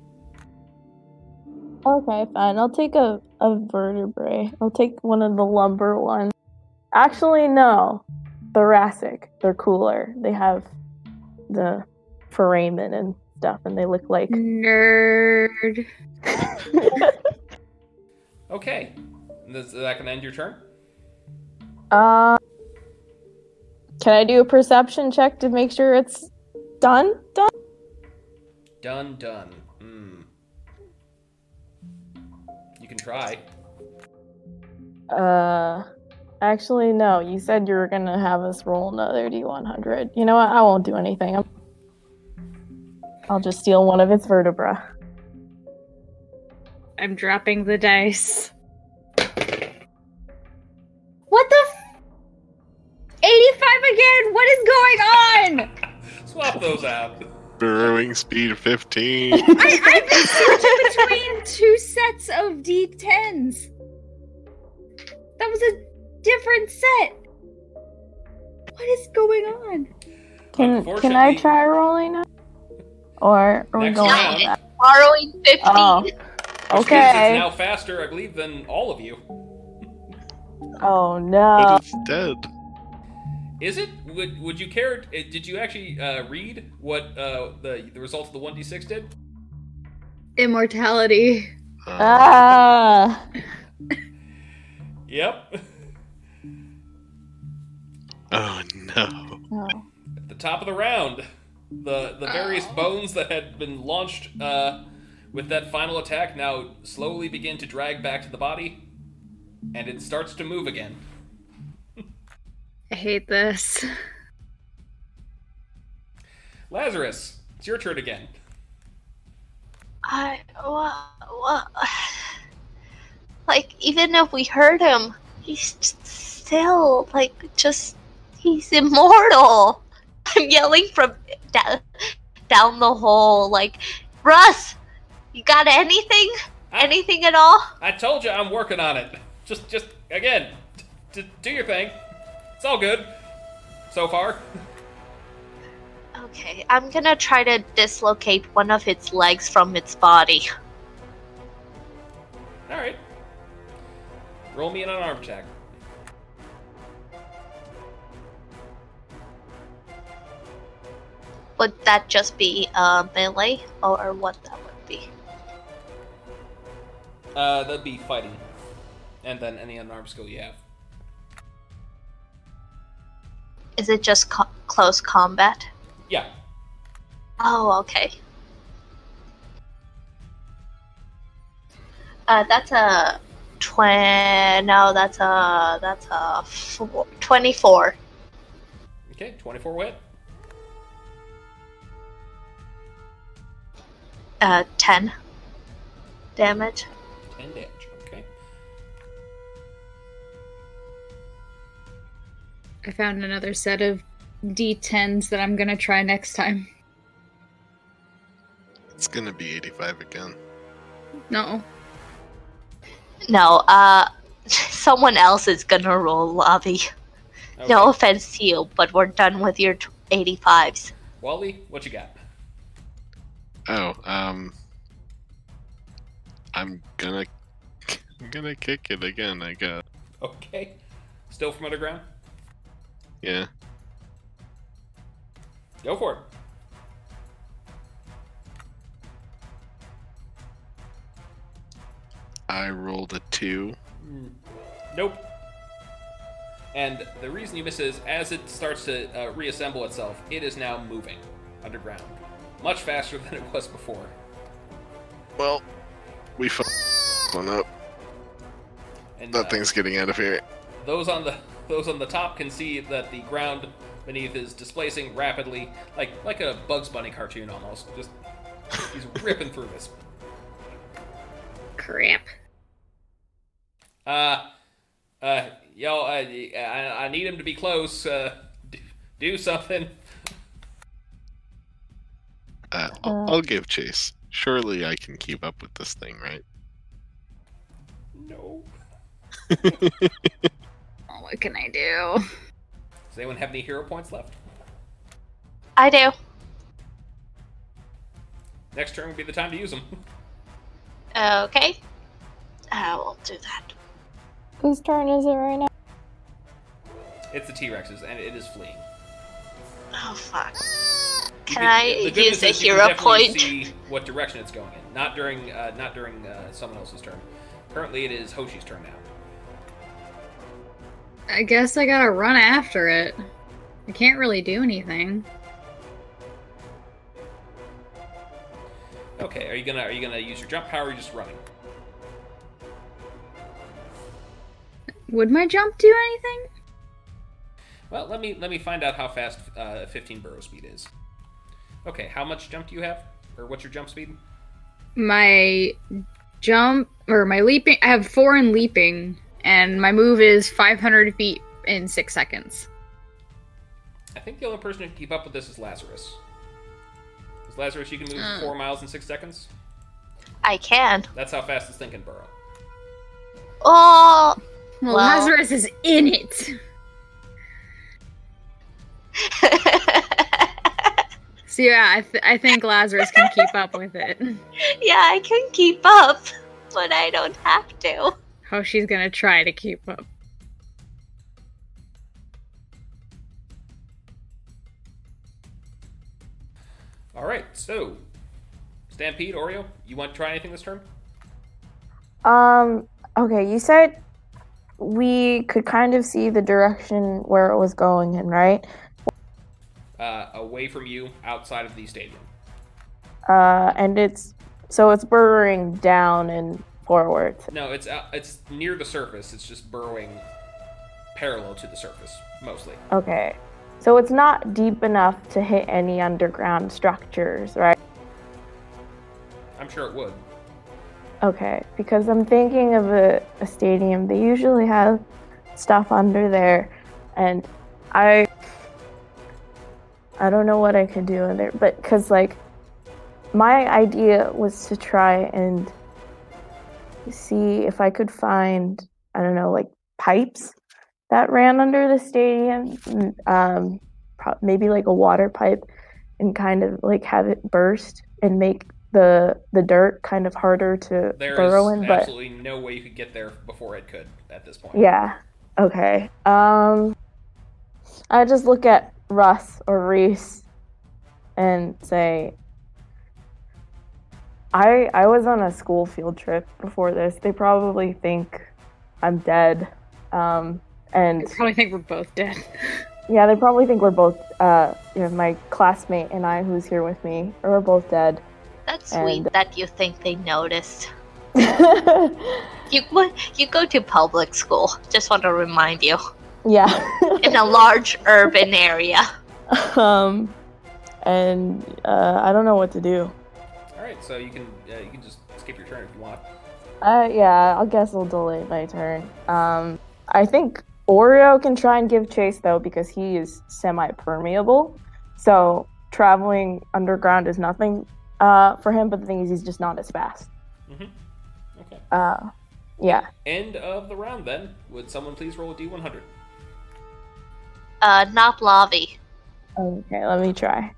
S5: Okay, fine. I'll take a, a vertebrae. I'll take one of the lumber ones. Actually, no. Thoracic. They're cooler. They have the foramen and stuff, and they look like.
S3: Nerd.
S1: Okay. Is that going to end your turn?
S5: uh, can I do a perception check to make sure it's done? Done?
S1: Done, done. Mm. You can try.
S5: Uh, actually, no. You said you were gonna have us roll another D100. You know what? I won't do anything. I'm- I'll just steal one of its vertebrae.
S3: I'm dropping the dice. What the? F- 85 again! What is going on?
S1: Swap those out.
S4: Burrowing speed 15.
S3: I, I've been switching between two sets of D10s. That was a different set. What is going on?
S5: Can can I
S1: Unfortunately-
S5: try rolling it? Or are we
S1: Next
S5: going
S1: round.
S5: with that?
S2: Borrowing 15.
S5: Oh.
S1: Which means It's
S5: Okay.
S1: now faster, I believe, than all of you.
S4: But
S5: Oh no.
S4: it's dead.
S1: Is it? Would Would you care? uh, Did you actually uh, read what uh, the the results of the one d six did?
S3: Immortality.
S4: Uh,
S5: Ah.
S1: Yep.
S4: oh no.
S5: No.
S1: At the top of the round, the the various bones that had been launched uh, with that final attack now slowly begin to drag back to the body, and it starts to move again.
S6: I hate this.
S1: Lazarus, it's your turn again.
S2: I what what? Like even if we hurt him, he's just still like just he's immortal. I'm yelling from da- down the hole like, Russ, you got anything?
S1: I-
S2: Anything at all?
S1: I told you I'm working on it. Just, just again, d- d- do your thing. It's all good so far.
S2: Okay, I'm gonna try to dislocate one of its legs from its body.
S1: All right. Roll me in on arm check.
S2: Would that just be uh, melee, or, or what that would be?
S1: Uh, that'd be fighting, and then any unarmed skill you have.
S2: Is it just co- close combat?
S1: Yeah.
S2: Oh, okay. Uh, that's a twen. No, that's a that's a four, twenty-four.
S1: Okay. Twenty-four wit.
S2: Uh, ten damage.
S1: Ten damage. Okay.
S6: I found another set of D10s that I'm gonna try next time.
S4: It's gonna be 85 again.
S6: No.
S2: No, uh, someone else is gonna roll lobby.
S1: okay.
S2: No offense to you, but we're done with your t- 85s.
S1: Wally, what you got?
S4: Oh, um, I'm gonna, I'm gonna kick it again. I got
S1: Okay. Still from underground.
S4: yeah.
S1: Go for it.
S4: I rolled a two.
S1: Nope. And the reason you miss is as it starts to uh, reassemble itself, it is now moving underground, much faster than it was before.
S4: Well, we fu- one up.
S1: And
S4: That
S1: uh,
S4: thing's getting out of here.
S1: those on the those on the top can see that the ground beneath is displacing rapidly, like like a Bugs Bunny cartoon almost. Just he's ripping through this.
S6: Crap.
S1: Uh, uh, y'all, uh, I, I need him to be close. Uh, do, do something.
S4: Uh, I'll, I'll give chase. Surely I can keep up with this thing, right?
S1: No.
S6: Oh, what can I do?
S1: Does anyone have any hero points left?
S2: I do.
S1: Next turn would be the time to use them.
S2: Okay. I will do that.
S5: Whose turn is it right now?
S1: It's the T Rexes, and it is fleeing.
S2: Oh, fuck. Can
S1: You
S2: I
S1: the good
S2: use
S1: news
S2: a
S1: is you can
S2: hero
S1: definitely
S2: point?
S1: See what direction it's going in. Not during, uh, not during uh, someone else's turn. Currently, it is Hoshi's turn now.
S6: I guess I gotta run after it. I can't really do anything.
S1: Okay, are you gonna are you gonna use your jump power? Or are you just running?
S6: Would my jump do anything?
S1: Well, let me let me find out how fast uh, 15 burrow speed is. Okay, how much jump do you have, or what's your jump speed?
S6: My jump or my leaping, I have four in leaping, and my move is 500 feet in six seconds.
S1: I think the only person who can keep up with this is Lazarus. Is Lazarus? You can move
S2: Hmm.
S6: Uh.
S1: four miles in six seconds.
S2: I can.
S1: That's how fast this thing can burrow.
S2: Oh,
S6: Well,
S2: Well-
S6: Lazarus is in it. So yeah, I, th- I think Lazarus can keep up with it.
S2: yeah, I can keep up, but I don't have to.
S6: How Oh, she's gonna try to keep up.
S1: All right, so Stampede Oreo, you want to try anything this turn?
S5: Um. Okay, you said we could kind of see the direction where it was going in, right?
S1: Uh, away from you, outside of the stadium.
S5: Uh, and it's so it's burrowing down and forward.
S1: uh, No, it's out, it's near the surface. It's just burrowing parallel to the surface, mostly.
S5: Okay. So it's not deep enough to hit any underground structures, right?
S1: I'm sure it would.
S5: Okay, because I'm thinking of a, a stadium. They usually have stuff under there, and I I don't know what I could do in there, but because like my idea was to try and see if I could find I don't know like pipes that ran under the stadium, m- um, pro- maybe like a water pipe, and kind of like have it burst and make the the dirt kind of harder to
S1: There
S5: burrow
S1: is
S5: in, but
S1: absolutely no way you could get there before it could at this point.
S5: yeah. Okay. Um I just look at Russ or Reese and say I I was on a school field trip before this. They probably think I'm dead. Um
S6: I
S5: and
S6: probably think we're both dead.
S5: yeah, they probably think we're both uh you know, my classmate and I who's here with me are both dead.
S2: That's sweet
S5: And-
S2: that you think they noticed. You what? You go to public school. Just want to remind you.
S5: yeah.
S2: In a large urban area.
S5: um and uh, I don't know what to do.
S1: All right, so you can uh, you can just skip your turn if you want.
S5: Uh, yeah, I guess I'll delay my turn. Um, I think Oreo can try and give chase though because he is semi-permeable, so traveling underground is nothing uh, for him. But the thing is, he's just not as fast.
S1: Mhm. Okay.
S5: Uh, yeah.
S1: End of the round, then. Would someone please roll a d100?
S2: Uh, not Lavi.
S5: Okay, let me try.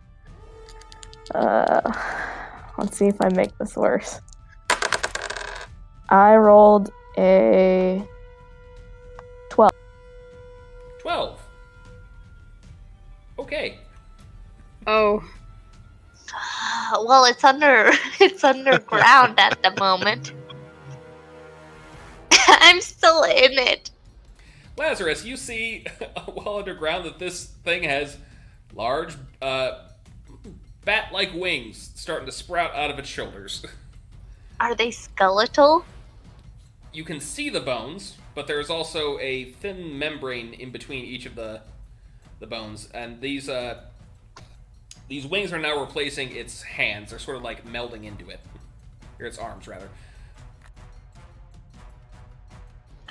S5: Uh, let's see if I make this worse. I rolled a
S1: 12. Okay.
S6: Oh,
S2: Uh, Well, it's under it's underground at the moment. I'm still in it.
S1: Lazarus, you see well underground that this thing has large uh, bat like wings starting to sprout out of its shoulders.
S2: Are they skeletal?
S1: You can see the bones, but there is also a thin membrane in between each of the the bones, and these uh, these wings are now replacing its hands. They're sort of like melding into it, or its arms rather.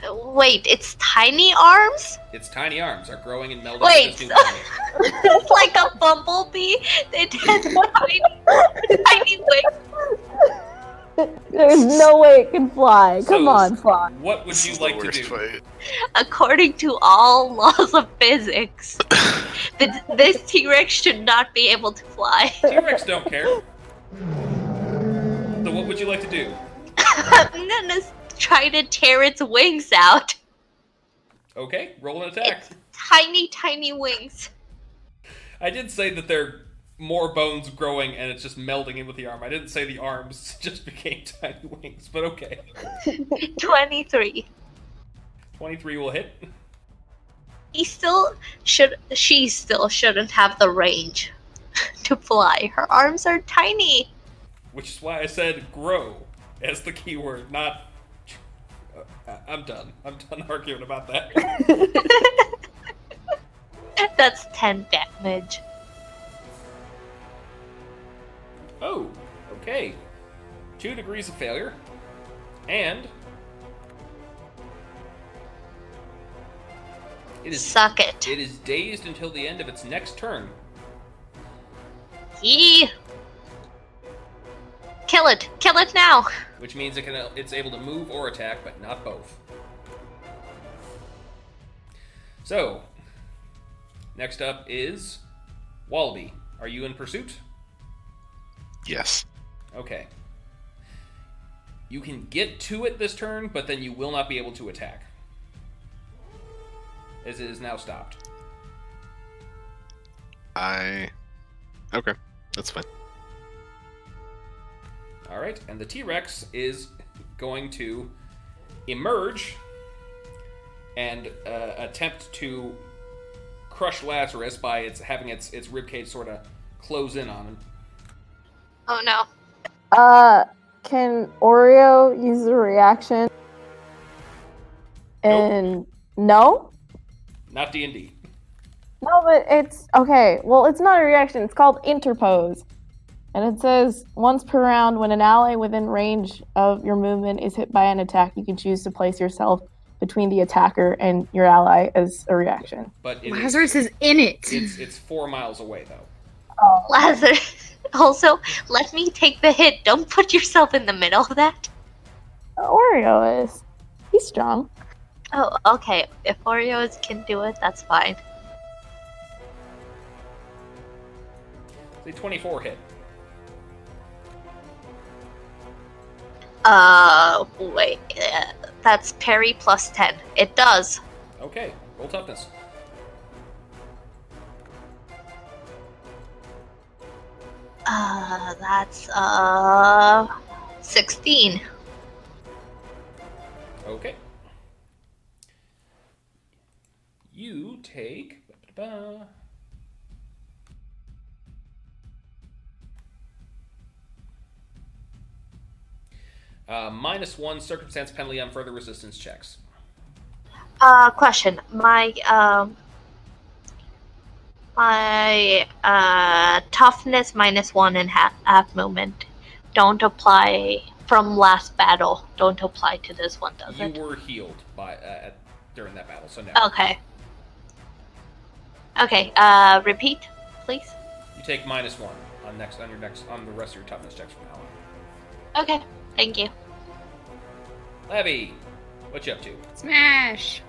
S2: Uh, Wait, it's tiny arms?
S1: Its tiny arms are growing and melding.
S2: Wait,
S1: into its new body.
S2: It's like a bumblebee. It has tiny, tiny wings.
S5: There's no way it can fly. Come
S1: So-
S5: on, fly.
S1: What would
S4: This
S1: you
S4: is the
S1: like to
S4: worst
S1: do?
S4: fight.
S2: According to all laws of physics, th- this T Rex should not be able to fly.
S1: T-Rex don't care. So what would you like to do?
S2: I'm gonna s- try to tear its wings out.
S1: Okay, roll an attack.
S2: Tiny, tiny wings.
S1: I did say that there are more bones growing and it's just melding in with the arm. I didn't say the arms just became tiny wings, but okay.
S2: 23.
S1: 23 will hit.
S2: He still should. She still shouldn't have the range to fly. Her arms are tiny.
S1: Which is why I said grow as the keyword, not. I- I'm done. I'm done arguing about that.
S2: That's 10 damage.
S1: Oh, okay. Two degrees of failure. And. It is
S2: Suck it.
S1: It is dazed until the end of its next turn.
S2: Yee. Kill it. Kill it now.
S1: which means it can it's able to move or attack, but not both. So, next up is Wallaby. Are you in pursuit?
S4: Yes.
S1: Okay. You can get to it this turn, but then you will not be able to attack. As it is now stopped.
S4: I. Okay, that's fine.
S1: All right, and the T Rex is going to emerge and uh, attempt to crush Lazarus by its having its its ribcage sort of close in on him.
S2: Oh no.
S5: Uh, can Oreo use a reaction? And no?
S1: Not D and D.
S5: No, but it's okay. Well, it's not a reaction. It's called interpose. And it says once per round, when an ally within range of your movement is hit by an attack, you can choose to place yourself between the attacker and your ally as a reaction.
S1: But it is,
S6: Lazarus is in it.
S1: it's it's four miles away though.
S2: Lazarus. Also, let me take the hit. Don't put yourself in the middle of that.
S5: Oreo is. He's strong.
S2: Oh, okay. If Oreos can do it, that's fine.
S1: Say twenty four hit.
S2: Uh, wait. Uh, that's parry plus 10. It does.
S1: Okay, roll toughness.
S2: Uh, that's, uh, 16.
S1: Okay. You take. ba-ba-ba-ba. Uh, minus one circumstance penalty on further resistance checks.
S2: Uh, question. My, um, my, uh, toughness minus one and half, half movement don't apply from last battle. Don't apply to this one, does
S1: you
S2: it?
S1: were healed by uh, at, during that battle, so no.
S2: Okay. Okay, uh, repeat, please.
S1: You take minus one on next on your next on the rest of your toughness checks from now on.
S2: Okay, thank you.
S1: Levy, what you up to?
S6: Smash.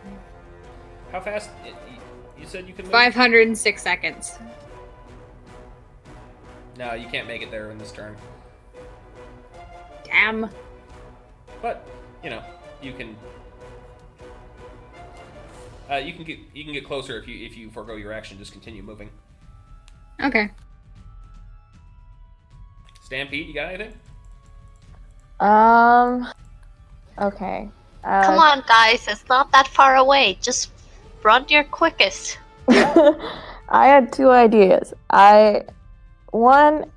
S1: How fast? y- y- You said you can move.
S6: 506 seconds.
S1: No, you can't make it there in this turn.
S6: Damn.
S1: But you know, you can uh, you can get you can get closer if you if you forego your action, just continue moving.
S6: Okay.
S1: Stampede, you got anything?
S5: Um. Okay. Uh,
S2: Come on, guys, it's not that far away. Just run your quickest.
S5: I had two ideas. I one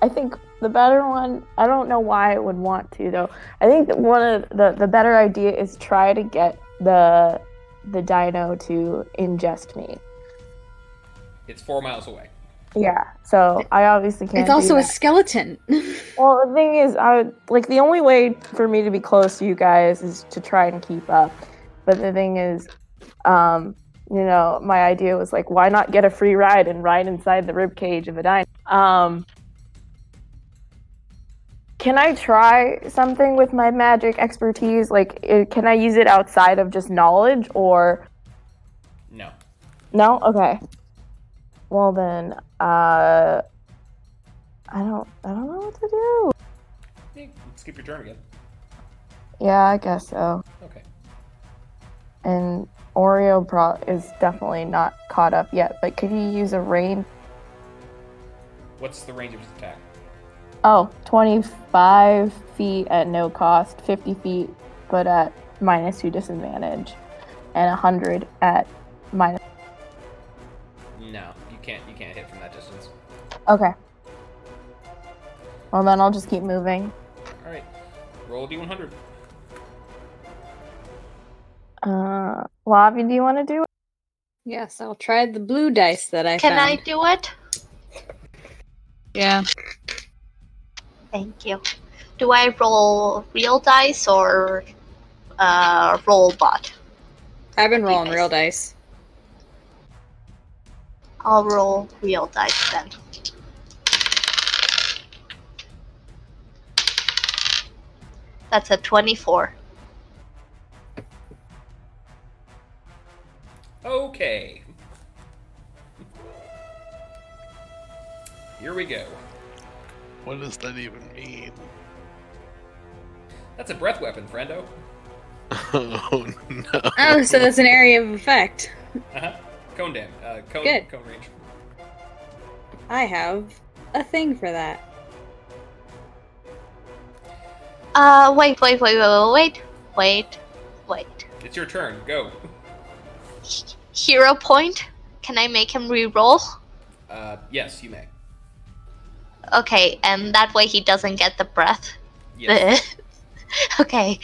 S5: I think the better one I don't know why I would want to though. I think that one of the the better idea is try to get the the dino to ingest me.
S1: It's four miles away.
S5: Yeah. So I obviously can't.
S6: it's also
S5: do
S6: a
S5: that.
S6: skeleton.
S5: well. The thing is, I would- like the only way for me to be close to you guys is to try and keep up. But the thing is, um, you know, my idea was like, why not get a free ride and ride inside the rib cage of a dino? Um, can I try something with my magic expertise? Like, i can I use it outside of just knowledge, or
S1: No.
S5: no? Okay. Well then, uh, I don't, I don't know what to do.
S1: Eh, Skip your turn again.
S5: Yeah, I guess so.
S1: Okay.
S5: And Oreo pro- is definitely not caught up yet. But could he use a rain?
S1: What's the range of his attack?
S5: Oh, 25 feet at no cost, 50 feet, but at minus two disadvantage, and 100 at minus.
S1: No, you can't. You can't hit from that distance.
S5: Okay. Well, then I'll just keep moving.
S1: All right. Roll a d100.
S5: Uh, Lavi, do you want to do it?
S6: yes, I'll try the blue dice that I
S2: Can I
S6: found.
S2: do it?
S6: Yeah.
S2: Thank you. Do I roll real dice or uh, roll bot?
S6: I've been rolling
S2: Yes.
S6: real dice.
S2: I'll roll real dice then. That's a 24.
S1: Okay. Here we go.
S4: What does that even mean?
S1: That's a breath weapon, friendo.
S4: Oh no.
S6: Oh, so that's an area of effect.
S1: Uh-huh. Cone dam. Uh, cone,
S6: Good.
S1: cone range.
S6: I have a thing for that.
S2: Uh, wait, wait, wait, wait, wait, wait, wait, wait.
S1: It's your turn. Go.
S2: H- hero point? Can I make him re-roll?
S1: Uh, yes, you may.
S2: Okay, and that way he doesn't get the breath.
S1: Yes.
S2: Uh-uh. okay,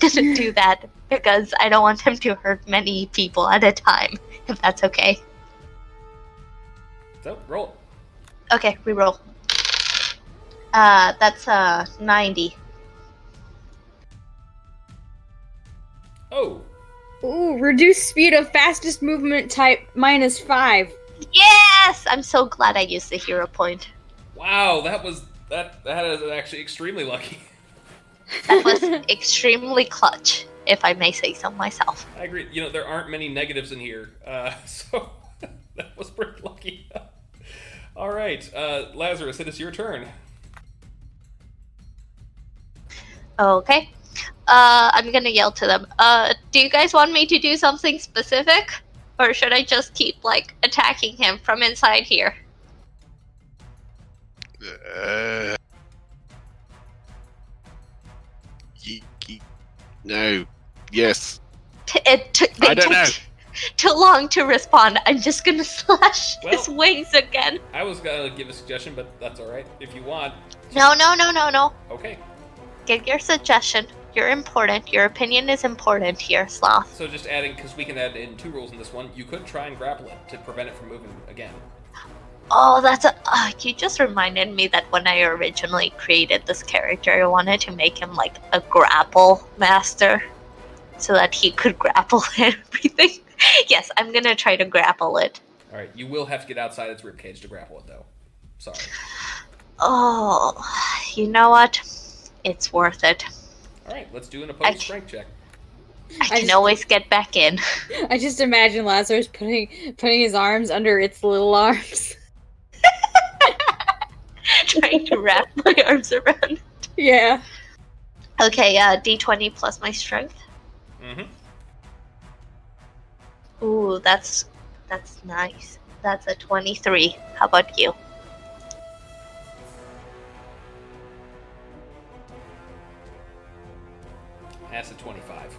S2: didn't do that because I don't want him to hurt many people at a time. if that's okay.
S1: So roll.
S2: Okay, reroll. Uh, that's uh 90.
S1: Oh,
S3: Ooh, reduce speed of fastest movement type minus five.
S2: Yes, I'm so glad I used the hero point.
S1: wow, that was that that is actually extremely lucky.
S2: That was extremely clutch, if I may say so myself.
S1: I agree. You know, there aren't many negatives in here, uh, so that was pretty lucky. All right, uh, Lazarus, it is your turn.
S2: Okay. Uh, I'm gonna yell to them. Uh, do you guys want me to do something specific, or should I just keep like attacking him from inside here?
S4: Uh, ye- ye- no. Yes.
S2: T- it took they
S4: I don't
S2: took
S4: know.
S2: t- too long to respond. I'm just gonna slash his
S1: Well-
S2: wings again.
S1: I was gonna give a suggestion, but that's all right if you want.
S2: No, no, no, no, no.
S1: Okay,
S2: Get your suggestion. You're important. Your opinion is important here, Sloth.
S1: so just adding because we can add in two rules in this one. You could try and grapple it to prevent it from moving again.
S2: Oh, that's a. Uh, you just reminded me that when I originally created this character, I wanted to make him like a grapple master so that he could grapple everything. yes, I'm gonna try to grapple it.
S1: All right, you will have to get outside its ribcage to grapple it, though. Sorry.
S2: Oh, you know what? It's worth it.
S1: All right, let's do an opposed
S2: I-
S1: strength check.
S2: I can
S3: just-
S2: always get back in.
S3: I just imagine Lazarus putting putting his arms under its little arms.
S2: trying to wrap my arms around.
S3: yeah.
S2: Okay, uh, d20 plus my strength.
S1: Mm-hmm.
S2: Ooh, that's that's nice. That's a 23. How about you?
S1: That's a twenty-five.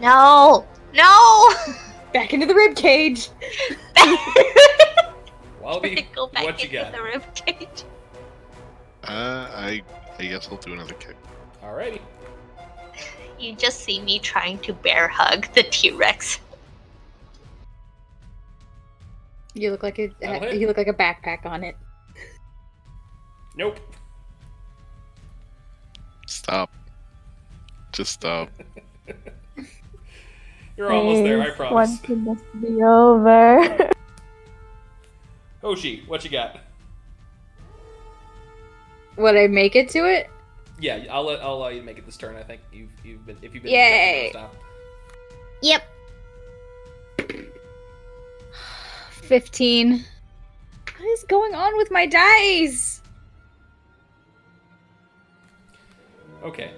S2: no, no.
S3: Back into the rib cage.
S1: Wallaby,
S2: Go back
S1: what you
S2: into
S1: got?
S2: the rib cage.
S4: Uh, I I guess I'll do another kick.
S1: Alrighty.
S2: You just see me trying to bear hug the T Rex.
S3: You look like a
S1: That'll hit.
S3: you look like a backpack on it.
S1: Nope.
S4: Stop. Just stop.
S1: You're almost there. I
S5: Please,
S1: promise.
S5: Want to must be over.
S1: Oshi, what you got?
S3: Would I make it to it?
S1: Yeah, I'll let, I'll allow you to make it this turn. I think you've you've been if you've been
S3: Yay.
S1: stop.
S3: Yep. Fifteen. What is going on with my dice?
S1: Okay,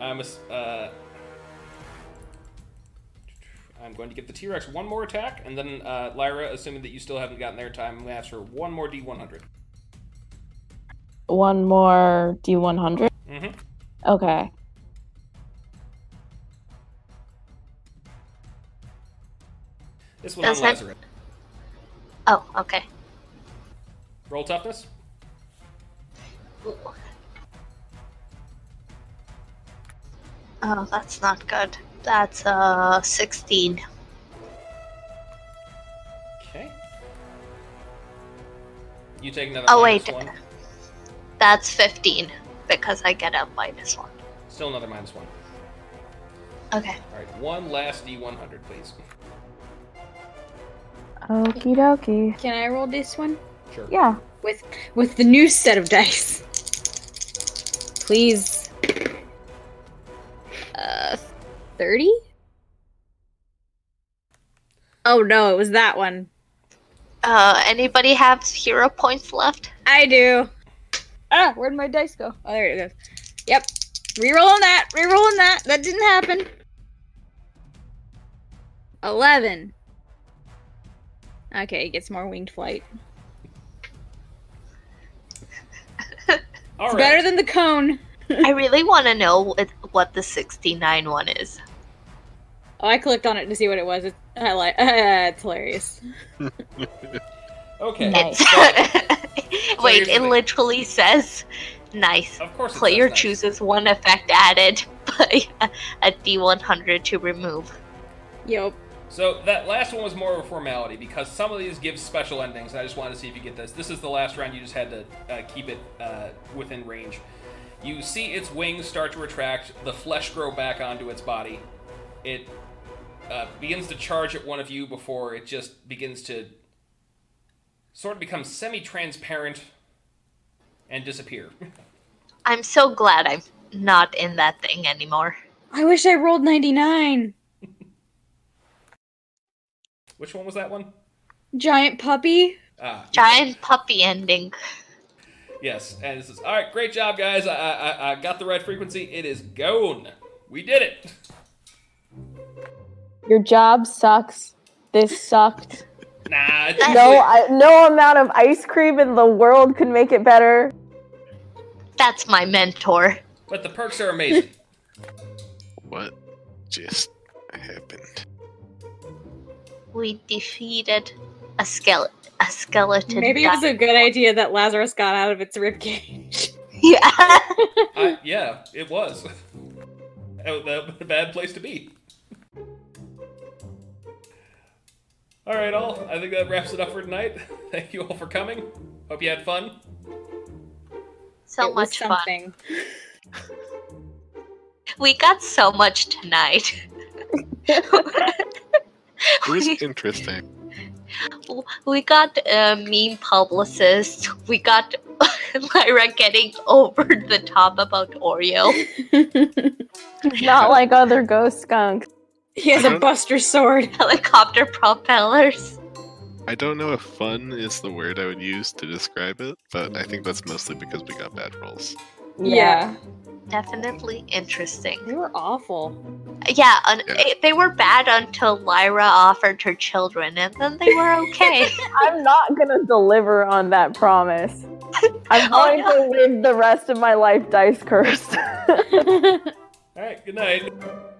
S1: I'm a s uh, I'm going to give the T Rex one more attack, and then uh, Lyra, assuming that you still haven't gotten there in time, I'm gonna ask for one more D100.
S5: One more D100.
S1: Mm-hmm.
S5: Okay.
S1: This one on
S2: Does that-
S1: Lazarus.
S2: Oh, okay.
S1: Roll toughness.
S2: Ooh. Oh, that's not good. That's uh 16.
S1: Okay. You take another
S2: Oh,
S1: minus
S2: wait.
S1: one.
S2: That's 15 because I get a minus one.
S1: Still another minus one.
S2: Okay.
S1: All right, one last D100, please.
S5: Okie dokie.
S3: Can I roll this one?
S1: Sure.
S5: Yeah.
S3: with with the new set of dice. Please. Uh 30? Oh no, it was that one.
S2: Uh, anybody have hero points left?
S3: I do. Ah, where'd my dice go? Oh, there it goes. Yep. Rerolling that. Rerolling that. That didn't happen. 11. Okay, it gets more winged flight.
S1: All
S3: It's
S1: right.
S3: better than the cone.
S2: I really want to know what, what the 69 one is.
S3: Oh, I clicked on it to see what it was. It, I like. Uh, it's hilarious.
S1: okay.
S5: Nice.
S1: here's
S2: Wait,
S1: the
S2: it
S1: thing.
S2: literally says nice.
S1: Of course. it
S2: Player
S1: says nice.
S2: chooses one effect added by a D100 to remove.
S3: Yep.
S1: So that last one was more of a formality because some of these give special endings. And I just wanted to see if you get this. This is the last round. You just had to uh, keep it uh, within range. You see its wings start to retract. The flesh grow back onto its body. It uh, begins to charge at one of you before it just begins to sort of become semi-transparent and disappear.
S2: I'm so glad I'm not in that thing anymore.
S3: I wish I rolled 99.
S1: Which one was that one?
S3: Giant puppy.
S1: Ah,
S2: Giant puppy ending.
S1: Yes, and it says, "All right, great job, guys. I, I, I got the right frequency. It is gone. We did it."
S5: Your job sucks. This sucked.
S1: Nah, it's
S2: That's-
S5: No, I, no amount of ice cream in the world could make it better.
S2: That's my mentor.
S1: but the perks are amazing.
S4: What just happened?
S2: We defeated a skeleton. A skeleton.
S3: Maybe it was
S2: guy.
S3: a good idea that Lazarus got out of its ribcage.
S2: yeah.
S1: I, yeah, it was. That was a bad place to be. All right, all. I think that wraps it up for tonight. Thank you all for coming. Hope you had fun.
S2: So
S3: It was
S2: much fun.
S3: something.
S2: We got so much tonight.
S4: It was interesting.
S2: we got a meme publicist. We got Lyra getting over the top about Oreo.
S5: Not like other ghost skunks.
S3: He has a Buster sword.
S2: Helicopter propellers.
S4: I don't know if fun is the word I would use to describe it, but I think that's mostly because we got bad rolls.
S3: Yeah.
S2: Definitely interesting.
S3: They were awful.
S2: Yeah, un-
S4: Yeah.
S2: It, they were bad until Lyra offered her children, and then they were okay.
S5: I'm not gonna deliver on that promise. I'm
S2: Oh,
S5: going to live the rest of my life dice cursed.
S1: All right, good night.